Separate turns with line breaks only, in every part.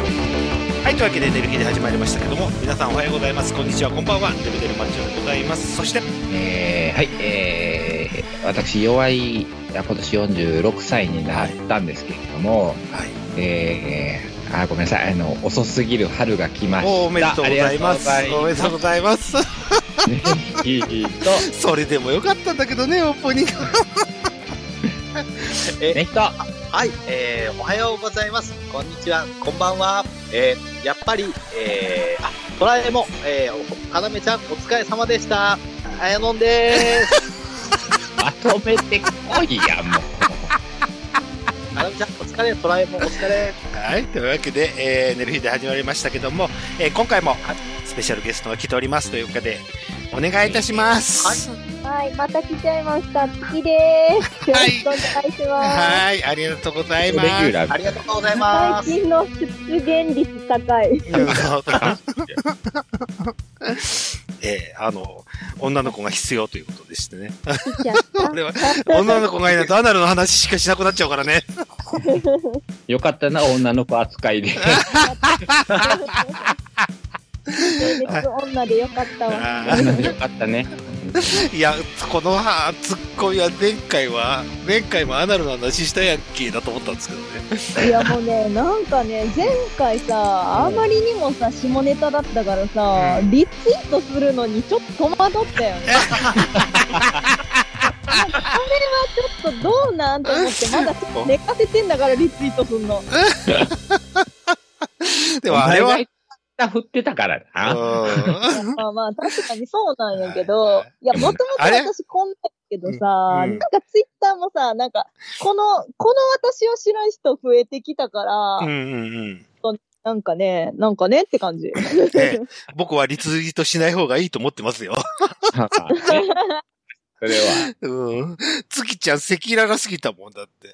というわけで、デルヒで始まりましたけども、皆さんおはようございます。こんにちは、こんばんは。デルデルマッチョでございます。そして、
えーはい、えー私、弱い、あ今年46歳になったんですけれども、
はい。
えーあーごめんなさい、あの、遅すぎる春が来ました。
おめでとうございます。
ありが
おめでとうございます。
とうございます。いいと、
それでもよかったんだけどね、オープニング。
ネヒト、
はい、えー、おはようございます。こんにちは、こんばんは。えー、やっぱり、えー、あ、トラえもん、えー、おかなめちゃん、お疲れ様でした。あやのんで ーす。
まとめてこいや、もう。
かなめちゃん、お疲れ、トラえもん、お疲れ。
はい。というわけで、えー、寝る日で始まりましたけども、えー今回もスペシャルゲストが来ておりますということで、お願いいたします。
はい、また来ちゃいました。月です。よろしくお願いします。
はい。ありがとうござい
レギ
ます。
ュラー
ありがとうございます。
最近の出現率高 い。
えーあの、女の子が必要ということでしてね。
来ちゃっ た
これは、女の子がいないとアナルの話しかしなくなっちゃうからね。
よかったな、女の子扱いで。
性別女でよかったわ。
よかったね。
いや、このはツッコミは前回は、前回もアナルの話したやんけだと思ったんですけどね。
いやもうね、なんかね、前回さ、あまりにもさ、下ネタだったからさ、リツイートするのにちょっと戸惑ったよね。 なんかこれはちょっとどうなんと思って、まだちょっと寝かせてんだからリツイートすんの。
でもあれは、
お前が振ってたから な。
うん
まあまあ、確かにそうなんやけど、いや、もともと私こんなんやけどさ、
あれ
なんかツイッターもさ、なんか、この、この私を知らん人増えてきたから、
うんうんうん。
なんかね、なんかねって感じ。
え僕はリツイートしない方がいいと思ってますよ。
それは。
うん。月ちゃん赤裸々すぎたもんだって。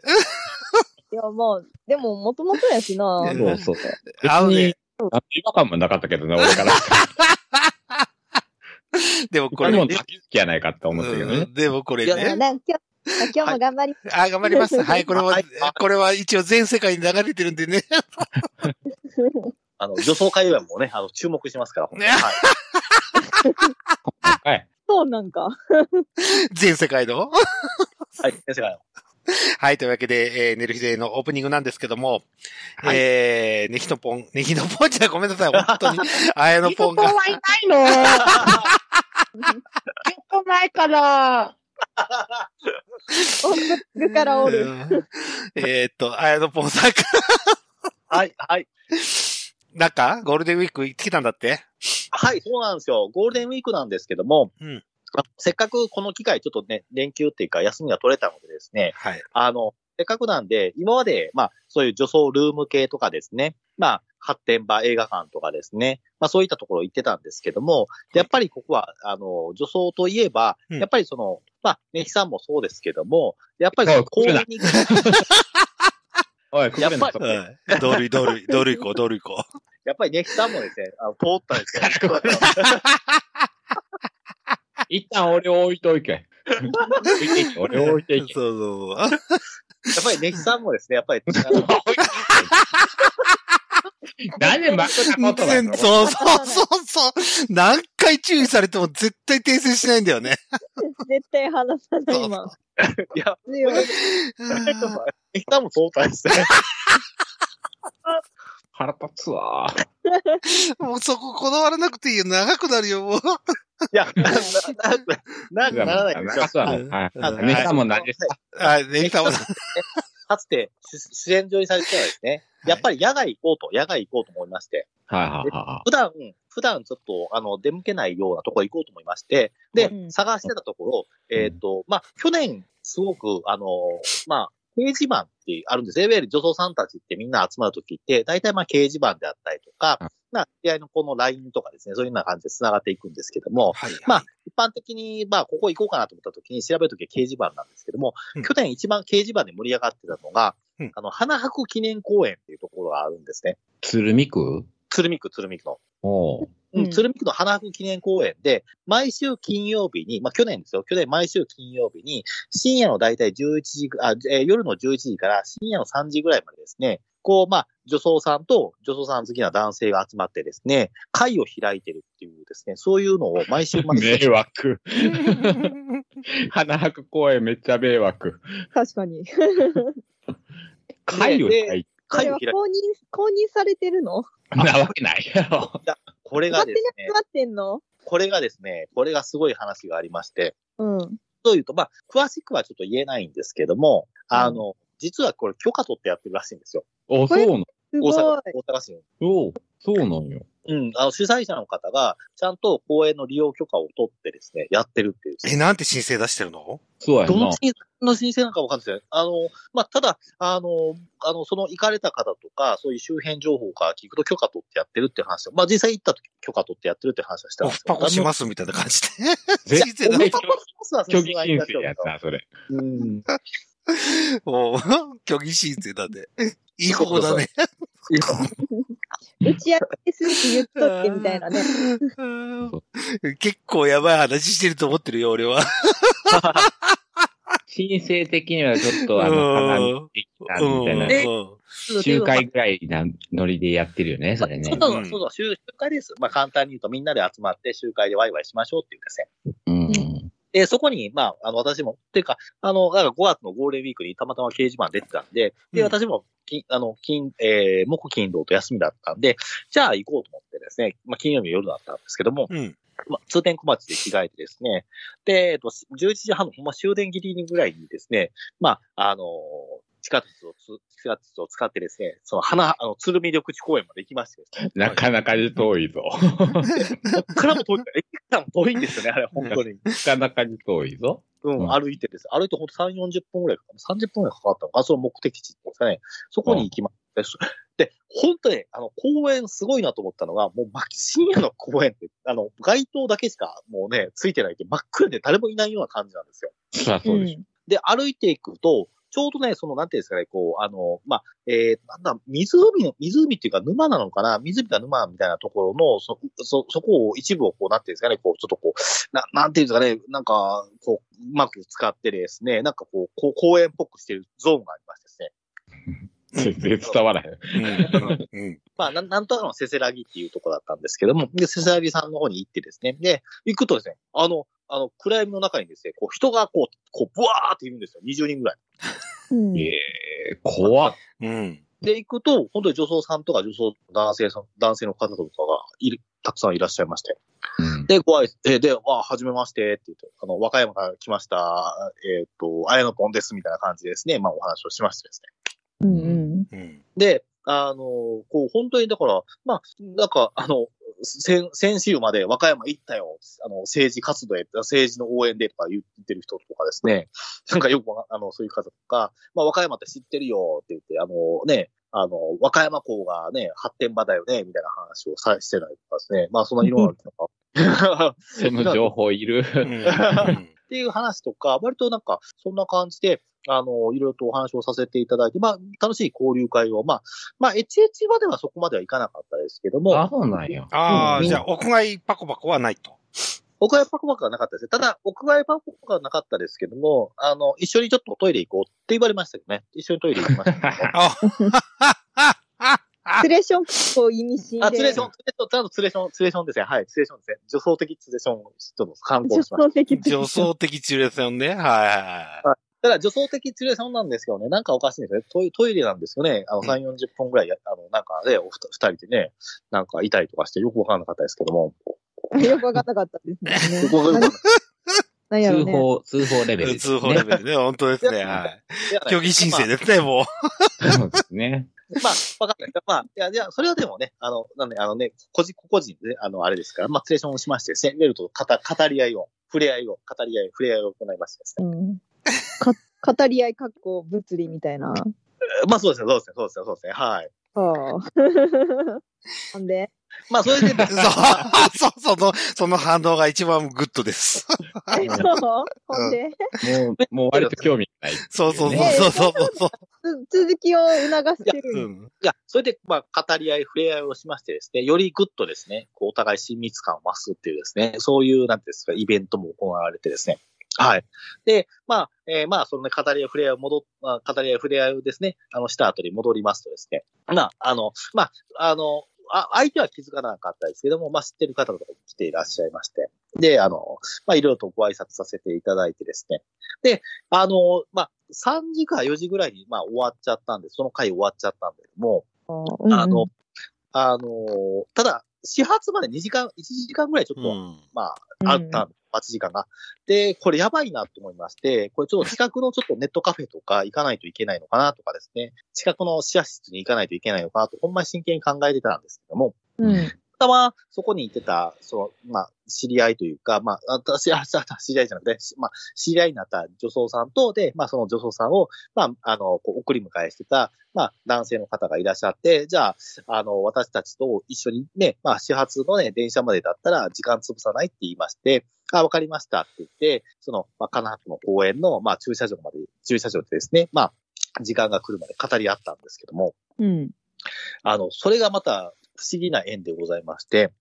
いや、まあ、でも、もともとやしな。
え
そうそうそう。別
あのね
に、何の違和感もなかったけどな、俺から。
でも
こ
こ
れ
れ
も
ね
う。好きやないかって思ったけど
う
ね。
んでもこれ
いや
ね。
なんか今日あ今日も頑張 り、
あ、頑張ります。はい、これも
はい、
これは一応全世界に流れてるんで ね。
あの、女装会話もね、あの、注目しますから、本当に
ね
は
は
い。
い。
そうなんか。
全世界の。
はい、先生 が、
はい、というわけで、えー、寝る日でのオープニングなんですけども、
はい
えー、ねひのぽん、ねひのぽんじゃごめんなさい、本当に。あやのぽんが。
いないの結構前 から。
送るからお
う
る。
んえーっと、あやのぽんさんか、
はい、はい、
なんか、ゴールデンウィーク行ってきたんだって
はい、そうなんですよ。ゴールデンウィークなんですけども、
うん
あせっかくこの機会、ちょっとね、連休っていうか、休みが取れたのでですね、
はい。
あの、せっかくなんで、今まで、まあ、そういう女装ルーム系とかですね、まあ、発展場映画館とかですね、まあ、そういったところ行ってたんですけども、やっぱりここは、あの、女装といえば、
うん
やっぱりその、まあ、ねひさんもそうですけども、やっぱりそ
おい来る
の公
な
園に行く、
おい、やっぱ
やっぱ
り。
うんドル、ドル、ドル行こう、ドル行こう。
やっぱりねひさんもですね、あの通った んですよ。
一旦俺を置いといて。置いていけ俺を置いていけ。
そうそう。
やっぱりねひさんもですね、やっぱり、あの
なんで真っ赤なことなの
そうそうそうそう。何回注意されても絶対訂正しないんだよね。
絶対話さない、今。
いや、
強い
ねひさんも通ったんですよ。
腹立つわ。
もうそここだわらなくていいよ。長くなるよ、もう。
い や、な、な、な、ならないんですよ
長。そうだねはい
うん
はい。ネタも何ですか
はい、ネギさんも
かつて主演場にされてたらですね、
はい
やっぱり野外行こうと、野外行こうと思いまして、
はいはいは
普段、普段ちょっと、あの、出向けないようなところ行こうと思いまして、で、
うん
探してたところ、えっ、と、まあ、去年、すごく、あの、まあ、掲示板ってあるんですよ。いわゆる女装さんたちってみんな集まるときって、大体まあ掲示板であったりとか
は、
まあ、出会いのこの LINE とかですね、そういうような感じで繋がっていくんですけども、
はい。
まあ、一般的に、まあ、ここ行こうかなと思った時に調べるときは掲示板なんですけども、
うん
去年一番掲示板で盛り上がってたのが、
うん
あの、花博記念公園っていうところがあるんですね。
い。鶴見区
鶴見区、鶴見区の。
おう。
うん
うん
鶴見区の花博記念公園で、毎週金曜日に、まあ去年ですよ、去年毎週金曜日に、深夜の大体11時ぐ、あ、えー夜の11時から深夜の3時ぐらいまでですね、こう、まあ、女装さんと女装さん好きな男性が集まってですね、会を開いてるっていうですね、そういうのを毎週 毎週
迷惑。花博公園めっちゃ迷惑。
確かに。
会を
で
開い
こ
会
れ
を開
は
いて、
公認、公認されてるの
なわけないやろ。
これが
勝手
で
に
すね
集、まってんの
これがですね、これがすごい話がありまして、
うん。
というと、まあ、詳しくはちょっと言えないんですけども、あの、実はこれ許可取ってやってるらしいんですよ。
お、
こ
そう
れ
なの
す
大
ごい。
阪、大阪市の。
おそうなんよ。
うん、あの、主催者の方が、ちゃんと公園の利用許可を取ってですね、やってるっていう。
え、なんて申請出してるの
そうや
どの
な。
申請の申請なのかわかんないですね。あの、まあ、ただ、あの、あの、その行かれた方とか、そういう周辺情報から聞くと許可取ってやってるっていう話をまあ、実際行った時許可取ってやってるって話はしたん
オ
です
フパコし
す。
ますみたいな感じで。
絶
申請出
オフ
し
パコしますはさ
虚
す
偽
がに
申
やって
請
る
やった、それ。
うん。
もう、虚偽申請だ ね。いい方だね。
打ち上げするって言っとってみたいなね。
うん 結構やばい話してると思ってるよ、俺は。
申請的にはちょっと、あの、
うん
花見できたみたいな。
で
うん
集会ぐらいなノリでやってるよね、それね
そう。そうそうそう、集集会です。まあ、簡単に言うと、みんなで集まって集会でワイワイしましょうっていうですね。
うん。
で、そこに、まあ、あの、私も、っていうか、あの、だから5月のゴールデンウィークにたまたま掲示板出てたんで、
う
で、
ん
私も、金、あの、金、えー、木金土と休みだったんで、じゃあ行こうと思ってですね、まあ、金曜日の夜だったんですけども、
うん。
まあ、通天小町で着替えてですね、で、えっと、11時半の、ほんま終電ギリギリぐらいにですね、まあ、あのー地下鉄をつ、地下鉄を使ってですね、その花、あの、鶴見緑地公園まで行きましてですね、
なかなかに遠いぞ。
こっからも遠い、駅からも遠いんですよ ね、あれ、本当に。
なかなかに遠いぞ。
うん、
うん
歩いてです。歩いてほんと3、40分ぐらいかかる。30分ぐらいかかったのか、その目的地っていうんですかね。そこに行きました。そで、本当に、あの、公園すごいなと思ったのが、もう、ま、深夜の公園って、あの、街灯だけしかもうね、ついてないって真っ暗で誰もいないような感じなんですよ。
そりゃ
う
そうでしょ。
ん。
で、歩いていくと、ちょうどね、その、なんていうんですかね、こう、あの、まあ、えー、なんだ、湖の、湖っていうか沼なのかな湖か沼みたいなところの、そ、そ、そこを一部をこう、なんていうんですかね、こう、ちょっとこう、ななんていうんですかね、なんか、こう、うまく使ってですね、なんかこう、こう公園っぽくしてるゾーンがありましてですね。
全然伝わらへ
う
ん。
んうん。
まあ、なんなんとかのせせらぎっていうところだったんですけども、で、せせらぎさんの方に行ってですね、で、行くとですね、あの、あの、暗闇の中にですね、こう、人がこう、こう、ブワーっているんですよ。20人ぐらい。
うん
ええ、怖っ。
うん。
で、行くと、本当に女装さんとか女装男性さん、男性の方とかがいる、たくさんいらっしゃいまして。で、ご挨拶、えーで、あ、はじめましてって言って、あの、和歌山から来ました、えーっ、と、あやのぽんですみたいな感じでですね、まあお話をしましてですね。
うんうん。
うん。
で、あの、こう、本当にだから、まあ、なんか、あの、先、先週まで和歌山行ったよ、あの、政治活動へ、政治の応援でとか言ってる人とかですね、なんかよくわか、あの、そういう方とか、まあ、和歌山って知ってるよって言って、あの、ね、あの、和歌山港がね、発展場だよね、みたいな話をさしてないとかですね、まあ、そんな色々あるとか。
その情報いる。
うん
っていう話とか、割となんか、そんな感じで、あの、いろいろとお話をさせていただいて、まあ、楽しい交流会を、まあ、まあ、HH まではそこまではいかなかったですけども、
あ、そうなんや。
ああ、
うん
じゃあ、屋外パコパコはないと。。
屋外パクパクはなかったですね。ただ、屋外パクパクはなかったですけども、あの、一緒にちょっとトイレ行こうって言われましたよね。一緒にトイレ行きましたけど
あ
ツレション結構意味深で。
あ、ツレション、ツレション、ちゃんとツレション、ツレションですね。はい、ツレションですね。女装的ツレションをちょっと観光しました。
女装的
女 装的中ですよね。はいは
ただ、女装的ツレションなんですけどね、なんかおかしいんですよね。トイトイレなんですよね。あの、
うん
3、40分ぐらいや、あの、なんかね、おふた二人でね、なんかいたりとかしてよくわからなかったですけど も。
よくわかんなかったですね。
よくわかんなかっ
なんやろ
通
うね。
報、通報レ
い
ベル
はい。
ですね。
通報レベルね、本当ですね。はい
た
虚偽申請ですね、も
そうですね。
まあ、わかんない。まあ、いや、いや、それはでもね、あの、なんで、あのね、個人、個々人で、あの、あれですから、まあ、ツレーションをしましてですね、メルと語語り合いを、触れ合いを、語り合い、触れ合いを行いましてです
う
ね。
ん。か語り合い、かっこ物理みたい な。
まあ、そうですね、そうですね、そうですね、そうですね、はい。
はあ。なんで
まあ、それで、
う。そう、そう、その、その反応が一番グッドです。
え そうほんで
もう、もう割と興味ない。
そうそうそうそうそうそう。
つ続きを促して
う
る。
ん。
いや、それで、まあ、語り合い、触れ合いをしましてですね、よりぐっとですね、こう、お互い親密感を増すっていうですね、そういう、なんていうんですか、イベントも行われてですね、はい。で、まあ、えーまあ、その、ね、語り合い、触れ合いを戻っ、まあ、語り合い、触れ合いをですね、あの、した後に戻りますとですね、まあ、あの、まあ、あの、あ相手は気づかなかったですけども、まあ、知ってる方とかも来ていらっしゃいまして、で、あの、まあ、いろいろとご挨拶させていただいてですね、で、あの、まあ、3時か4時ぐらいに、まあ、終わっちゃったんで、その回終わっちゃったんだけども、
うん
あの、、あの、ただ、始発まで2時間、1時間ぐらいちょっ と、
うん
まあ、
うん
あったん、待ち時間が。で、これやばいなと思いまして、これちょっと近くのちょっとネットカフェとか行かないといけないのかなとかですね、近くのシェア室に行かないといけないのかなと、ほんまに真剣に考えてたんですけども、
うん。
たまたまそこに行ってた、その、まあ、知り合いというか、まあ、私、あ、あ知り合いじゃなくて、しまあ、知り合いになった女装さんと、で、まあ、その女装さんを、まあ、あの、こう送り迎えしてた、まあ、男性の方がいらっしゃって、じゃあ、あの、私たちと一緒にね、まあ、始発のね、電車までだったら時間潰さないって言いまして、あ、わかりましたって言って、その、まあ、金博の公園の、まあ、駐車場まで、駐車場でですね、まあ、時間が来るまで語り合ったんですけども、
うん。
あの、それがまた不思議な縁でございまして、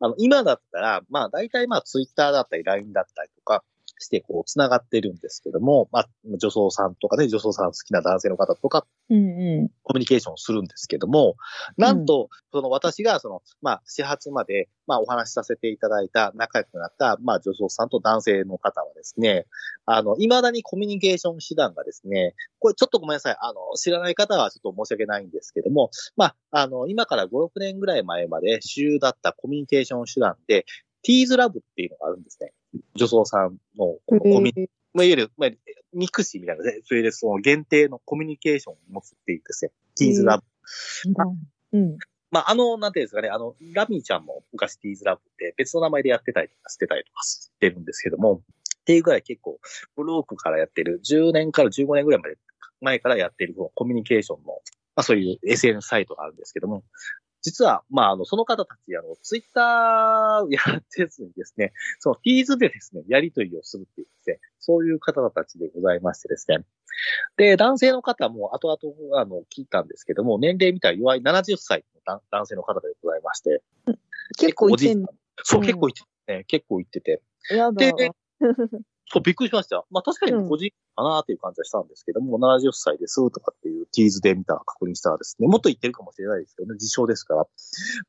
あの、今だったら、まあ、大体まあ、ツイッターだったり、LINE だったりとかして、こう、繋がってるんですけども、まあ、女装さんとかね、女装さん好きな男性の方とか、
うんう
コミュニケーションをするんですけども、なんと、その私が、その、まあ、始発まで、まあ、お話しさせていただいた、仲良くなった、まあ、女装さんと男性の方はですね、あの、未だにコミュニケーション手段がですね、これちょっとごめんなさい、あの、知らない方はちょっと申し訳ないんですけども、まあ、あの、今から5、6年ぐらい前まで主流だったコミュニケーション手段で、ティーズラブっていうのがあるんですね。女装さんのこのコミュニ
ん。え
まあ、いわゆる、まあ、ミクシーみたいなね、それでその限定のコミュニケーションを持つっていうんですよ。ティーズラブ。
うん。
まあ、あの、なんていうんですかね、あの、ラミーちゃんも昔ティーズラブって別の名前でやってたりとかしてたりとかしてるんですけども、っていうぐらい結構、ブロークからやってる、10年から15年ぐらいまで前からやってるこのコミュニケーションの、まあそういう SNS サイトがあるんですけども、実は、まあ、あの、その方たち、あの、ツイッターやってずにですね、その、ティーズでですね、やりとりをするっていうですね、そういう方たちでございましてですね。で、男性の方も後々、あの、聞いたんですけども、年齢見たら弱い70歳の男男性の方でございまして、
結構い
おじい
て
さ
ん
ん
の。
そう、
うん
結構いってね、結構いってて、
やだ
でそう、びっくりしました。まあ確かに個人かなっていう感じはしたんですけども、70歳ですとかっていうティーズで見たら確認したらですね、もっと言ってるかもしれないですけどね、自称ですから。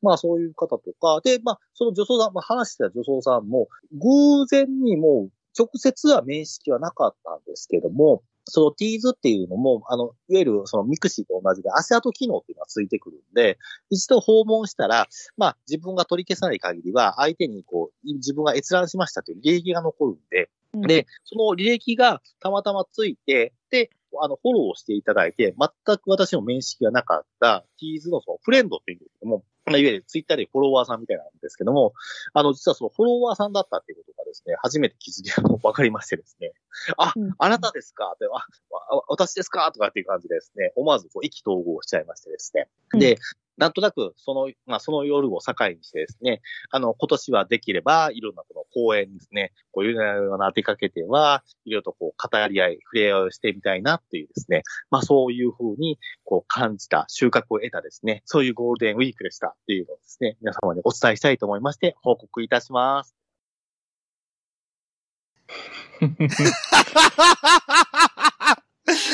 まあそういう方とか、で、まあその女装さん、まあ話してた女装さんも、偶然にもう直接は面識はなかったんですけども、そのティーズっていうのも、あの、いわゆるそのミクシーと同じで足跡機能っていうのがついてくるんで、一度訪問したら、まあ自分が取り消さない限りは相手にこう、自分が閲覧しましたという履歴が残るんで、で、その履歴がたまたまついて、で、あの、フォローしていただいて、全く私の面識がなかった、ティーズのそのフレンドっていうんですけども、まあいわゆるツイッターでフォロワーさんみたいなんですけども、あの、実はそのフォロワーさんだったっていうことがですね、初めて気づきが分かりましてですね、あ、
うん
あなたですかって、あ、あ私ですかとかっていう感じでですね、思わずこう意気投合しちゃいましてですね。で、なんとなく、その、まあ、その夜を境にしてですね、あの、今年はできれば、いろんなこの公園にですね、こういうような出かけては、いろいろとこう、語り合い、触れ合いをしてみたいなっていうですね、まあそういうふうに、こう、感じた、収穫を得たですね、そういうゴールデンウィークでしたっていうのをですね、皆様にお伝えしたいと思いまして、報告いたし ます。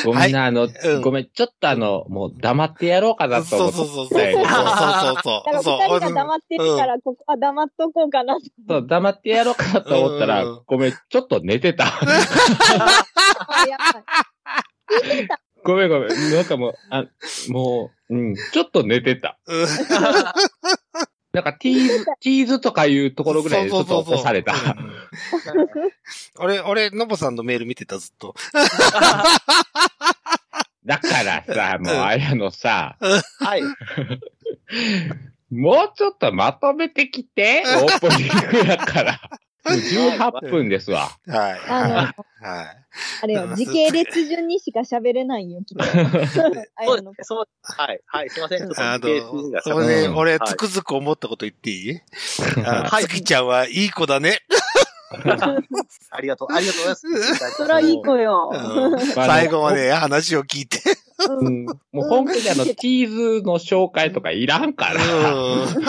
ごめんな、あの、
うん
ごめん、ちょっとあの、もう黙ってやろうかなと
そ
思
う
って。
そうそうそう。そうそう
だから
そうそう。
二人が黙ってるから、ここは黙っとこうかなと。
そう黙ってやろうかなと思ったら、
うん
ごめん、ちょっと寝てた。
あやばい
ごめんごめん。なんかもう、あ、もう、うん、ちょっと寝てた。
うん
なんか、ティ ーズ、ティーズとかいうところぐらいでちょっと起こされた。
そうそうそううん俺、俺、のぼさんのメール見てた、ずっと。
だからさ、もう、あやのさ、
はい。
もうちょっとまとめてきて、オープニングだから。もう18分ですわ。
はい。は
あの、
い。はい。
あれよ、時系列順にしか喋れないよ、き っと。あ
そう
や
です
の
ね、そう、はい、はい、すいません。ちょっと
あ
経数が
の、
少ない
俺、
うん
俺、
はい
つくづく思ったこと言ってい いあ
はい
月ちゃんはいい子だね。
ありがとう、ありがとうございます。
そらいい子よ。
うん
まあ
最後ま。で話を聞いて。
あのうんもう本気であの、ティーズの紹介とかいらんから。
うん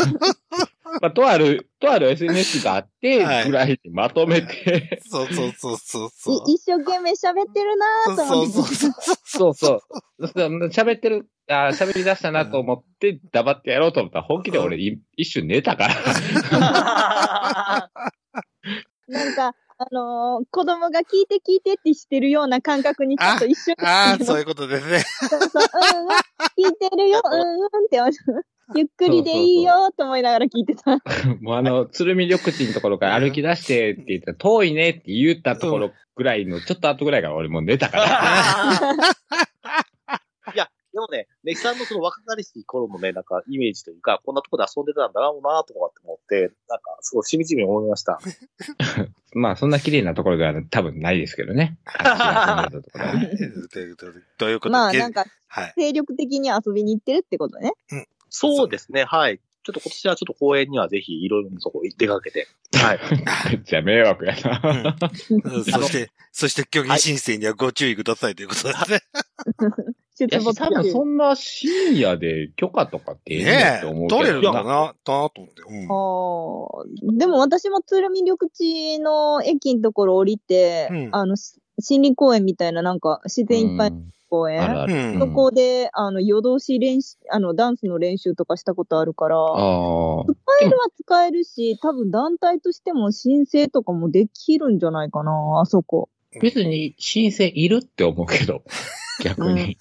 まあ、とある、とある SNS があって
は、い
ぐらいにまとめて、
そうそうそうそうそう。
い一生懸命喋ってるなーと
そう
思って。
そうそうそう。
そうそう。 喋ってる、あー喋り出したなと思って、黙ってやろうと思ったら、本気で俺、い一瞬寝たから。
なんか、あのー子供が聞いて聞いてってしてるような感覚にちょっと一瞬。
ああ、そう
う。
いうことです ね。
そうそう、うんうん、聞いて るよ、うんうんって思う。ゆっくりでいいよと思いながら聞いてた。
もうあの、鶴見緑地のところから歩き出してって言ったら、遠いねって言ったところぐらいの、ちょっと後ぐらいから俺もう寝たから。
いや、でもね、ネキさんのその若かりしい頃のね、なんかイメージというか、こんなとこで遊んでたんだろうなとかって思って、なんか、すごいしみじみ思いました。
まあ、そんな綺麗なところでは多分ないですけどね。
はいということでどういうこと
まあ
で
なんか、
はい。
精力的に遊びに行ってるってことね。
そうですね、はい。ちょっと今年はちょっと公園にはぜひいろいろなとこ出かけ て。はい。
めっちゃ迷惑や
う
な。
んうんそして、そして虚偽申請にはご注意くださいということですね。
出
いや、
没
多分そんな深夜で許可とかっていいんだ
ね
と思
え、
うけど
取
な。
れるのかなだなと思って。うん
あーでも私も鶴見緑地の駅のところ降りて、
うん
あの、し森林公園みたいななんか自然いっぱいの公
うんある
園。
ある。
うん
そこで、あの、夜通し練習、あの、ダンスの練習とかしたことあるから、
あ
使
あ。
えるは使えるし、多分団体としても申請とかもできるんじゃないかな、あそこ。
別に申請いるって思うけ ど、逆に。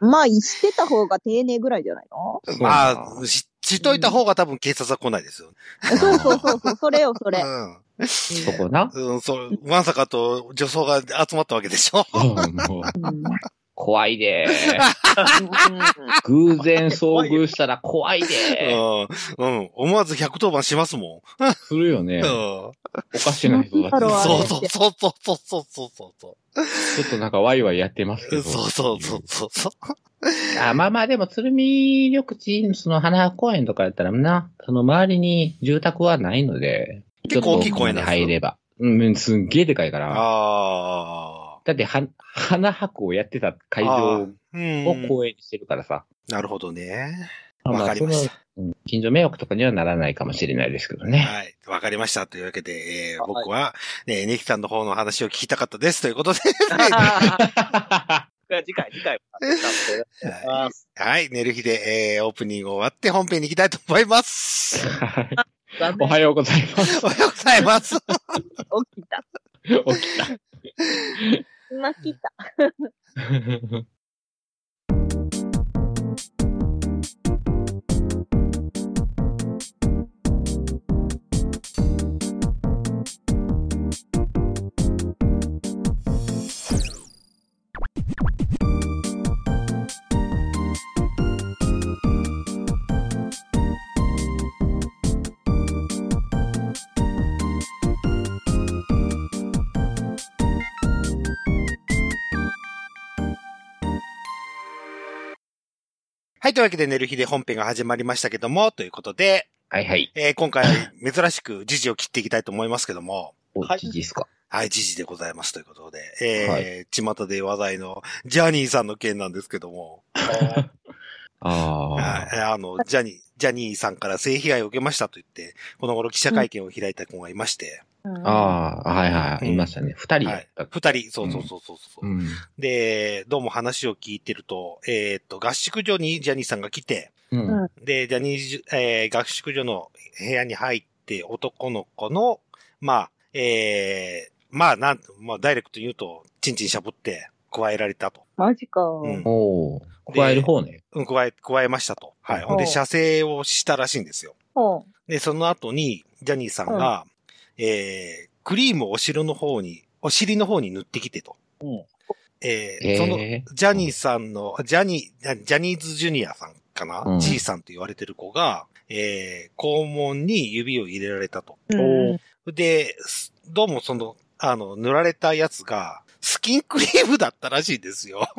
まあ、してた方が丁寧ぐらいじゃないの
まあ、し、しといた方が多分警察は来ないですよ。
そうそうそうそう、それよ、それ。
う
そこな。
ん。うん、そう、まさかと女装が集まったわけでしょ。
うんもう
うん
怖いでー。
う
偶然遭遇したら怖いでー。
うん。うん。思わず110番しますも
するよね
ん。う。ん。
おかしな人だ
なんだろあれ
そう
っ
そうそうそうそうそうそうそう。
て。ちょっとなんかワイワイやってます
そう
けど。
そうそうそうそう。
あまあまあ、でも、鶴見緑地、その花公園とかやったらな、その周りに住宅はないので、
結構大きい公園
ちょ
なんで
っと
すよ
入れば。うん、すんげえでかいから。
ああ。
だっては、花博をやってた会場を
う
公園にしてるからさ。
なるほどね。
あ
わかりまし
そのうん近所迷惑とかにはならないかもしれないですけどね。
はい。わかりました。というわけで、えー僕は、ね、ネキさんの方の話を聞きたかったです。ということで。
ん次回、次回もあってたのであー
はい。寝る日で、えーオープニング終わって本編に行きたいと思います。
はい
残
お
念
はようございま す。
おはようございます。
起きた。
起きた。
今来た。
はい。というわけで、寝る日で本編が始まりましたけども、ということで、
はいはい。
えー今回、珍しく時事を切っていきたいと思いますけども、
お、
はい
いいですか。
はい、時事でございますということで、えー
は
巷で話題のジャニーさんの件なんですけども、
あ
はいあの、ジャニー、ジャニーさんから性被害を受けましたと言って、この頃記者会見を開いた子がいまして、
あ。ああ、はいはい。いましたね。二人
は
だっ
い
た。
二人、そうそうそうそうそう、
うん。
で、どうも話を聞いてると、えーっと、合宿所にジャニーさんが来て、
うん。
で、ジャニーじゅ、えー合宿所の部屋に入って、男の子の、まあ、えーまあ、なん、まあ、ダイレクトに言うと、チンチンしゃぶって、加えられたと。
マジか。
うん
おお。加える方ね。
うん、加え、加えましたと。はい。
うん
ほんで、射精をしたらしいんですよ。
ほ
で、その後に、ジャニーさんが、えー、クリームをお城の方に、お尻の方に塗ってきてと。えー
えー
その、ジャニーさんの、ジャニー、ジャニーズジュニアさんかな、
うん
?G さんと言われてる子が、えー、肛門に指を入れられたと。
う。
おー
で、すどうもその、あの、塗られたやつが、スキンクリームだったらしいですよ。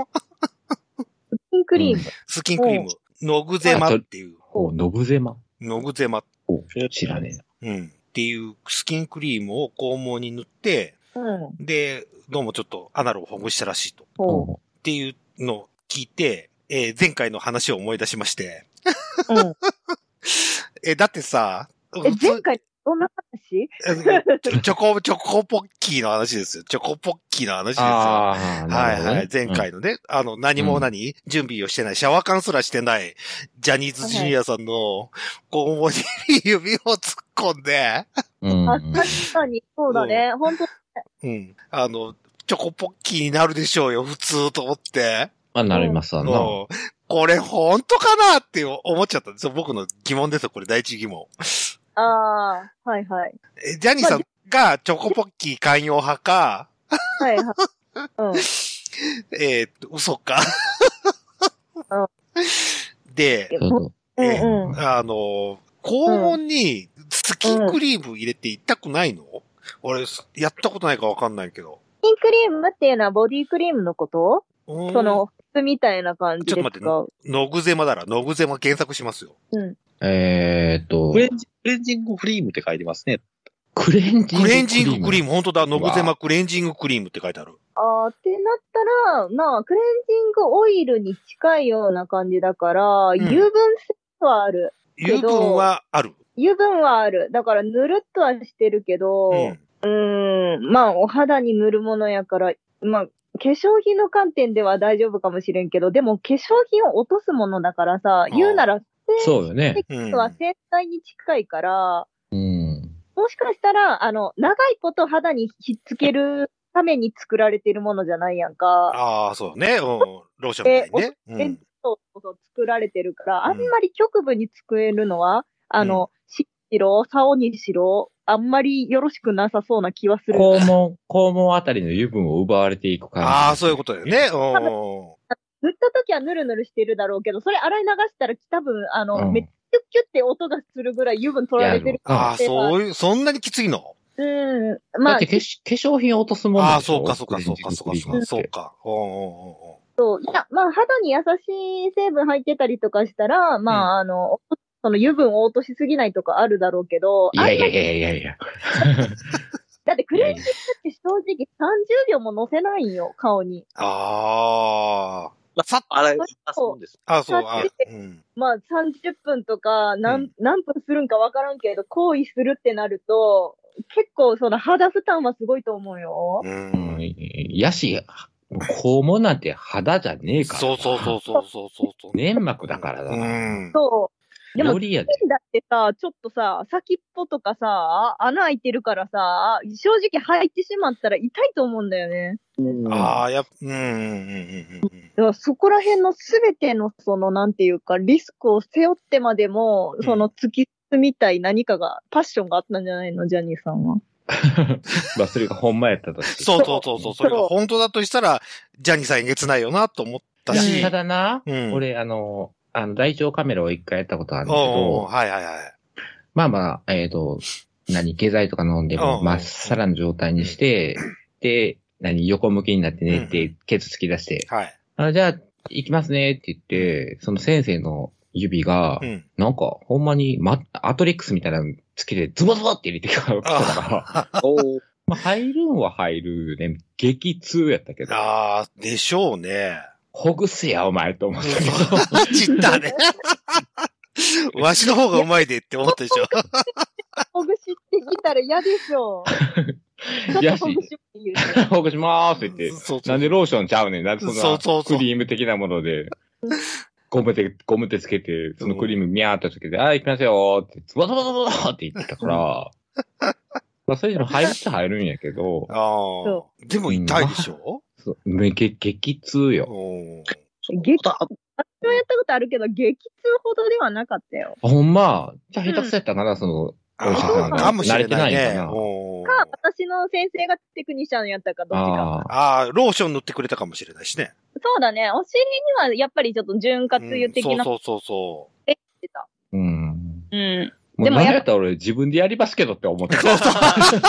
ピンクリーム。
スキンクリーム。ノグゼマっていう。
おお、ノブゼマ。
ノグゼマ。
お知らねえな。
うん。っていうスキンクリームを肛門に塗って、
うん。
で、どうもちょっとアナルをほぐしたらしいと。っ
ほ
お
ていうのを聞いて、えー前回の話を思い出しまして、
う。うん。
えーだってさ、
え
普、通
前回どんな話
チョチョコ、チョコポッキーの話ですよ。チョコポッキーの話ですよ。は
ああ、
い
なるほどね
はい。前。回のね、あの、何も何、準備をしてない、シャワー缶すらしてない、ジャニーズジュニアさんの肛門に指を突っ込んで、
うん。
あ、
うん
確かに、そうだね。本当
うん。あの、チョコポッキーになるでしょうよ、普通と思って。
まあ、なりますわな。
うんこれ本当かなって思っちゃったんですよ。僕の疑問ですよ、これ第一疑問。
ああ、はいはい。
えジャニーさんがチョコポッキー寛容派か、
はいはい。 うん。
えー、嘘 か。で、
そうそう
うんうん。
あの、肛門にスキンクリーム入れて痛くないの、俺、やったことないからわかんないけど。
スキンクリームっていうのはボディクリームのこと
うん
その、服みたいな感じで
ちょっと待って
使う。
ノグゼマだら、ノグゼマ検索しますよ。
えーっと
ク、レンジクレンジングクリームって書いてますね。
クレンジング
クレンジングクリー
ム。
ム、本当だ、ノグゼマクレンジングクリームって書いてある。
あーってなったら、まあ、クレンジングオイルに近いような感じだから、
ん
油分性はある。けど
油分はある。
油分はある。だから、ぬるっとはしてるけど、
うん。
うーん、まあ、お肌に塗るものやから、まあ、化粧品の観点では大丈夫かもしれんけど、でも化粧品を落とすものだからさ、
ー
言うなら、
そうよね。
うん。
は洗体に近いから、
うん。
もしかしたら、あの、長いこと肌にひっつけるために作られてるものじゃないやんか。
ああ、そうね。うん。ローションみたいにね。う
え
ん。、
そうそう作られてるから、
う
あ
ん
んまり局部に作れるのは、あの、しろ、竿にしろ、あんまりよろしくなさそうな気はする。
肛門、肛門あたりの油分を奪われていく感じ。
ああ、そういうことだよね。うん。
塗った時はぬるぬるしてるだろうけど、それ洗い流したら多分、あの、
うん
めっちゃキュッキュッって音がするぐらい油分取られてる。
ああ、
では
そういう、そんなにきついの
うん。
だ
ま
っ
あ
て、化粧化粧品を落とすもん
ああ、
でしょ
そうか、そうか、そうか、そうか、そうか、そう。か。うんうんうんうん
そう。いや、まあ、肌に優しい成分入ってたりとかしたら、まあ、あの、その油分を落としすぎないとかあるだろうけど、
いやいや
あんまり
いやいやいや。
だってクレンジングって正直30秒も乗せないんよ、顔に。
あ
まあ、さっと洗い流す
そうん
です。
あ、あそう、あうん。
まあ、30分とか何、
うん
何分するんかわからんけど、行為するってなると、結構その肌負担はすごいと思うよ。
う
うん
ん。
やし、肛門なんて肌じゃねえから。
そうそうそうそうそうそうそう。
粘膜だからだ
う
な。
ん。
そう。でも
よりやで。
だってさ、ちょっとさ、先っぽとかさ、穴開いてるからさ、正直入ってしまったら痛いと思うんだよね。
ああ、やっぱ、うん、うん、うん、うん
だからそこら辺のすべての、その、なんていうか、リスクを背負ってまでも
うん、
その突き進みたい何かが、パッションがあったんじゃないの、ジャニーさんは。
まあ、それがほんまやったとして。
そうそうそうそう。それが本当だとしたら、ジャニーさんえげつないよな、と思った
い
し。
やただな、
うん。
俺、あの、あの、大腸カメラを一回やったことあるんだけ
おうおう
ど、
はいはいはい。
まあまあ、えっ、と、何、下剤とか飲んで
う
も、
ん
まっさらの状態にして、で、何、横向きになって寝て、ケツ突き出して、
はい。
あじゃあ、行きますねって言って、その先生の指が
う、ん。
なんか、ほんまに、ま、アトリックスみたいなのつけて、ズボズボって入れてきたから、
おー
まあ、入るんは入るね。激痛やったけど、
ああ、でしょうね。
ほぐすや、お前、と思ったけど。
ちった ね。わしの方がうまいでって思ったでしょ。
ほぐしってきたら嫌でしょ。ちょっ
やし
とほぐしって言 う。
ほぐしまーすって言って。
そうそう
なんでローションちゃうねん。なんでそん
そうそう
な
そう
クリーム的なもので、ゴム手、ゴム手つけて、そのクリームミャーっとつけて、あー、行きますよーって、ズボズボズボズボって言ってたから、まあ、それでも入るっちゃ入るんやけど、
あ
そ
あ。でも痛いでしょ、
そうめ激激痛よ。
うん、
激
ちょっとあ
私もやったことあるけど、激痛ほどではなかったよ。
あほんま、じゃあ下手くそやったんかな、その、お医者さんが
かもしれない
慣れてない
ね。
のかな
うん
か、私の先生がテクニシャンやったか、どっちか。
ああ。
ああ、ローション塗ってくれたかもしれないしね。
そうだね。お尻にはやっぱりちょっと潤滑油的
うん
なの
そうそうそ
ってた。
うん。
うん。
もう
でも
何
や
やったら俺自分でやりますけどって思ってた。
う。そうそう。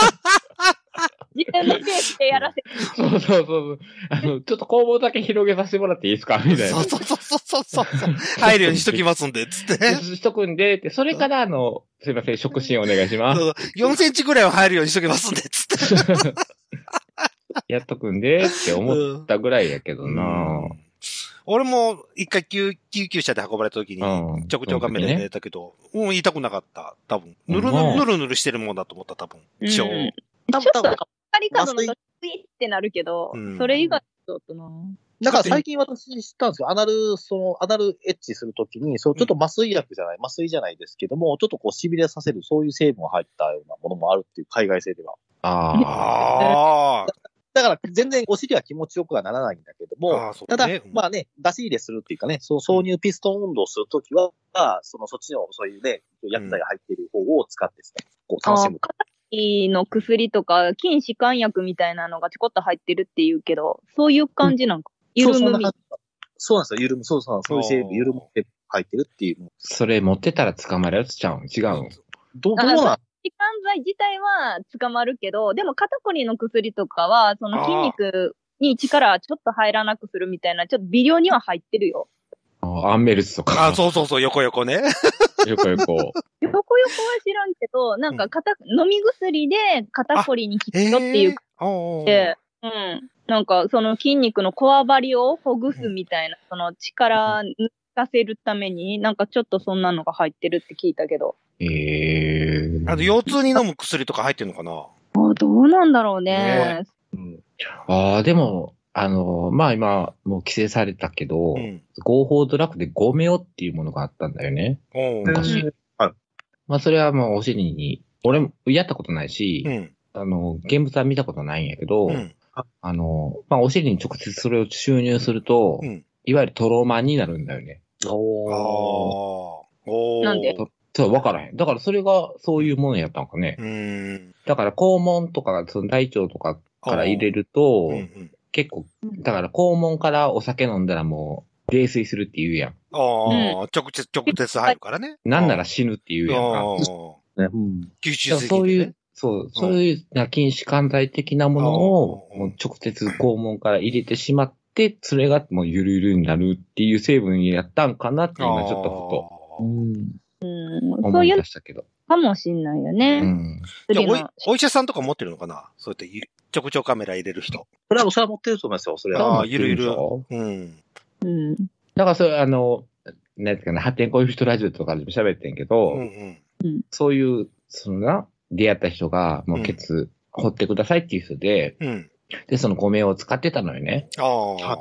自分のペースでやらせて。
そうそうそうそう。あの、ちょっと工房だけ広げさせてもらっていいですかみたいな。
そうそうそうそうそうそう。入るようにしときますんで、つってね。
しとくんで、って、それからあの、すいません、触診お願いしま
そ
す。
う4センチぐらいは入るようにしときますんで、つって。
やっとくんで、って思ったぐらいやけどな、
うん俺も一回救救急車で運ばれた時に、
うん
ちょくちょく目で
その時
寝
ね
たけど、うん、痛くなかった。多分。ぬる
う
ぬ
ん
る、ぬるぬるしてるもんだと思った、多分。超。
うん
多
ちょ
分
っ
多
と
分。
光カードの時、クイってなるけど、
うん
それ以外ちょっとな。
だから最近私知ったんですよ。アナル、その、アナルエッチするときに、そう、ちょっと麻酔薬じゃない、麻酔じゃないですけども、ちょっとこう、痺れさせる、そういう成分が入ったようなものもあるっていう、海外製では。
ああ。
あー
だから、全然お尻は気持ちよくはならないんだけども、
あー、そう
ただ、
うん
まあね、出し入れするっていうかね、その挿入ピストン運動するときは、その、そっちの、そういうね、薬剤が入っている方を使ってですね、こう、楽しむ。
いの薬とか、筋弛緩薬みたいなのがちょこっと入ってるっていうけど、そういう感じなんか。緩
そうそ
む
ん
み
な感じそうなんですよ、緩む、そうそう、そういう成分、緩むって入ってるっていう。
それ持ってたら捕まるやつちゃうん違うん
ど、どうなん
弛緩剤自体は捕まるけど、でも肩こりの薬とかは、その筋肉に力ちょっと入らなくするみたいな、ちょっと微量には入ってるよ。
あアンメルスとか。
あ、そうそうそう、横横ね。
よくよくこう。
横横は知らんけど、なんか肩、飲み薬で肩こりに効くよっていう
えー。おー
で、うん。なんか、その筋肉のこわばりをほぐすみたいな、その力抜かせるために、なんかちょっとそんなのが入ってるって聞いたけど。
ええ
あと、腰痛に飲む薬とか入ってんのかな
あどうなんだろうね。
ああ、でも、あの、まあ今、もう規制されたけど、
うん。
合法ドラッグでゴメオっていうものがあったんだよね。
おー
だろ
昔
う
まあそれはもうお尻に、俺もやったことないし、
うん。
あの、現物は見たことないんやけど、
うん。
あの、まあお尻に直接それを注入すると、
うん。
いわゆるトローマンになるんだよね。
ああー。
お。
おー
なんで
そう、わからへん。だからそれがそういうものやったんかね。
うーん。
だから肛門とか、その大腸とかから入れ
る
ると、
うんうん。
結構、だから肛門からお酒飲んだらもう、泥酔するって言うやん。
ああ、直接、直接入るからね。
なんなら死ぬって言うやん
あ
か。
ー
ね。うん。
吸
だ
収
か
水
らそうい
源
う、そう、そういうな禁止管剤的なもの
う
を、
ん
もう直接肛門から入れてしまって、それがもうゆるゆるになるっていう成分やったんかなって
でね。
今ちょっと
あ
ふ
ー
うん
と
そ
思
うい
いう
の
出したけど。
かもしんないよ
う
ね。
ん。
じゃあ
薬
おい
の
お医者さんとか持ってるのかなそうやってゆ、ちょくちょくカメラ入れる人。
それは、それは持ってると思いますよ、それは。
あーゆるゆる
でしょ
うん。
うん。
だからそれ、あの、なんていうかな、発展こういう人ラジオとかでも喋ってんけど、
うんうん。
そういう、そのな、出会った人が、もうケツ、掘ってくださいっていう人で、
うん。
で、そのご名を使ってたのよね。
ああ。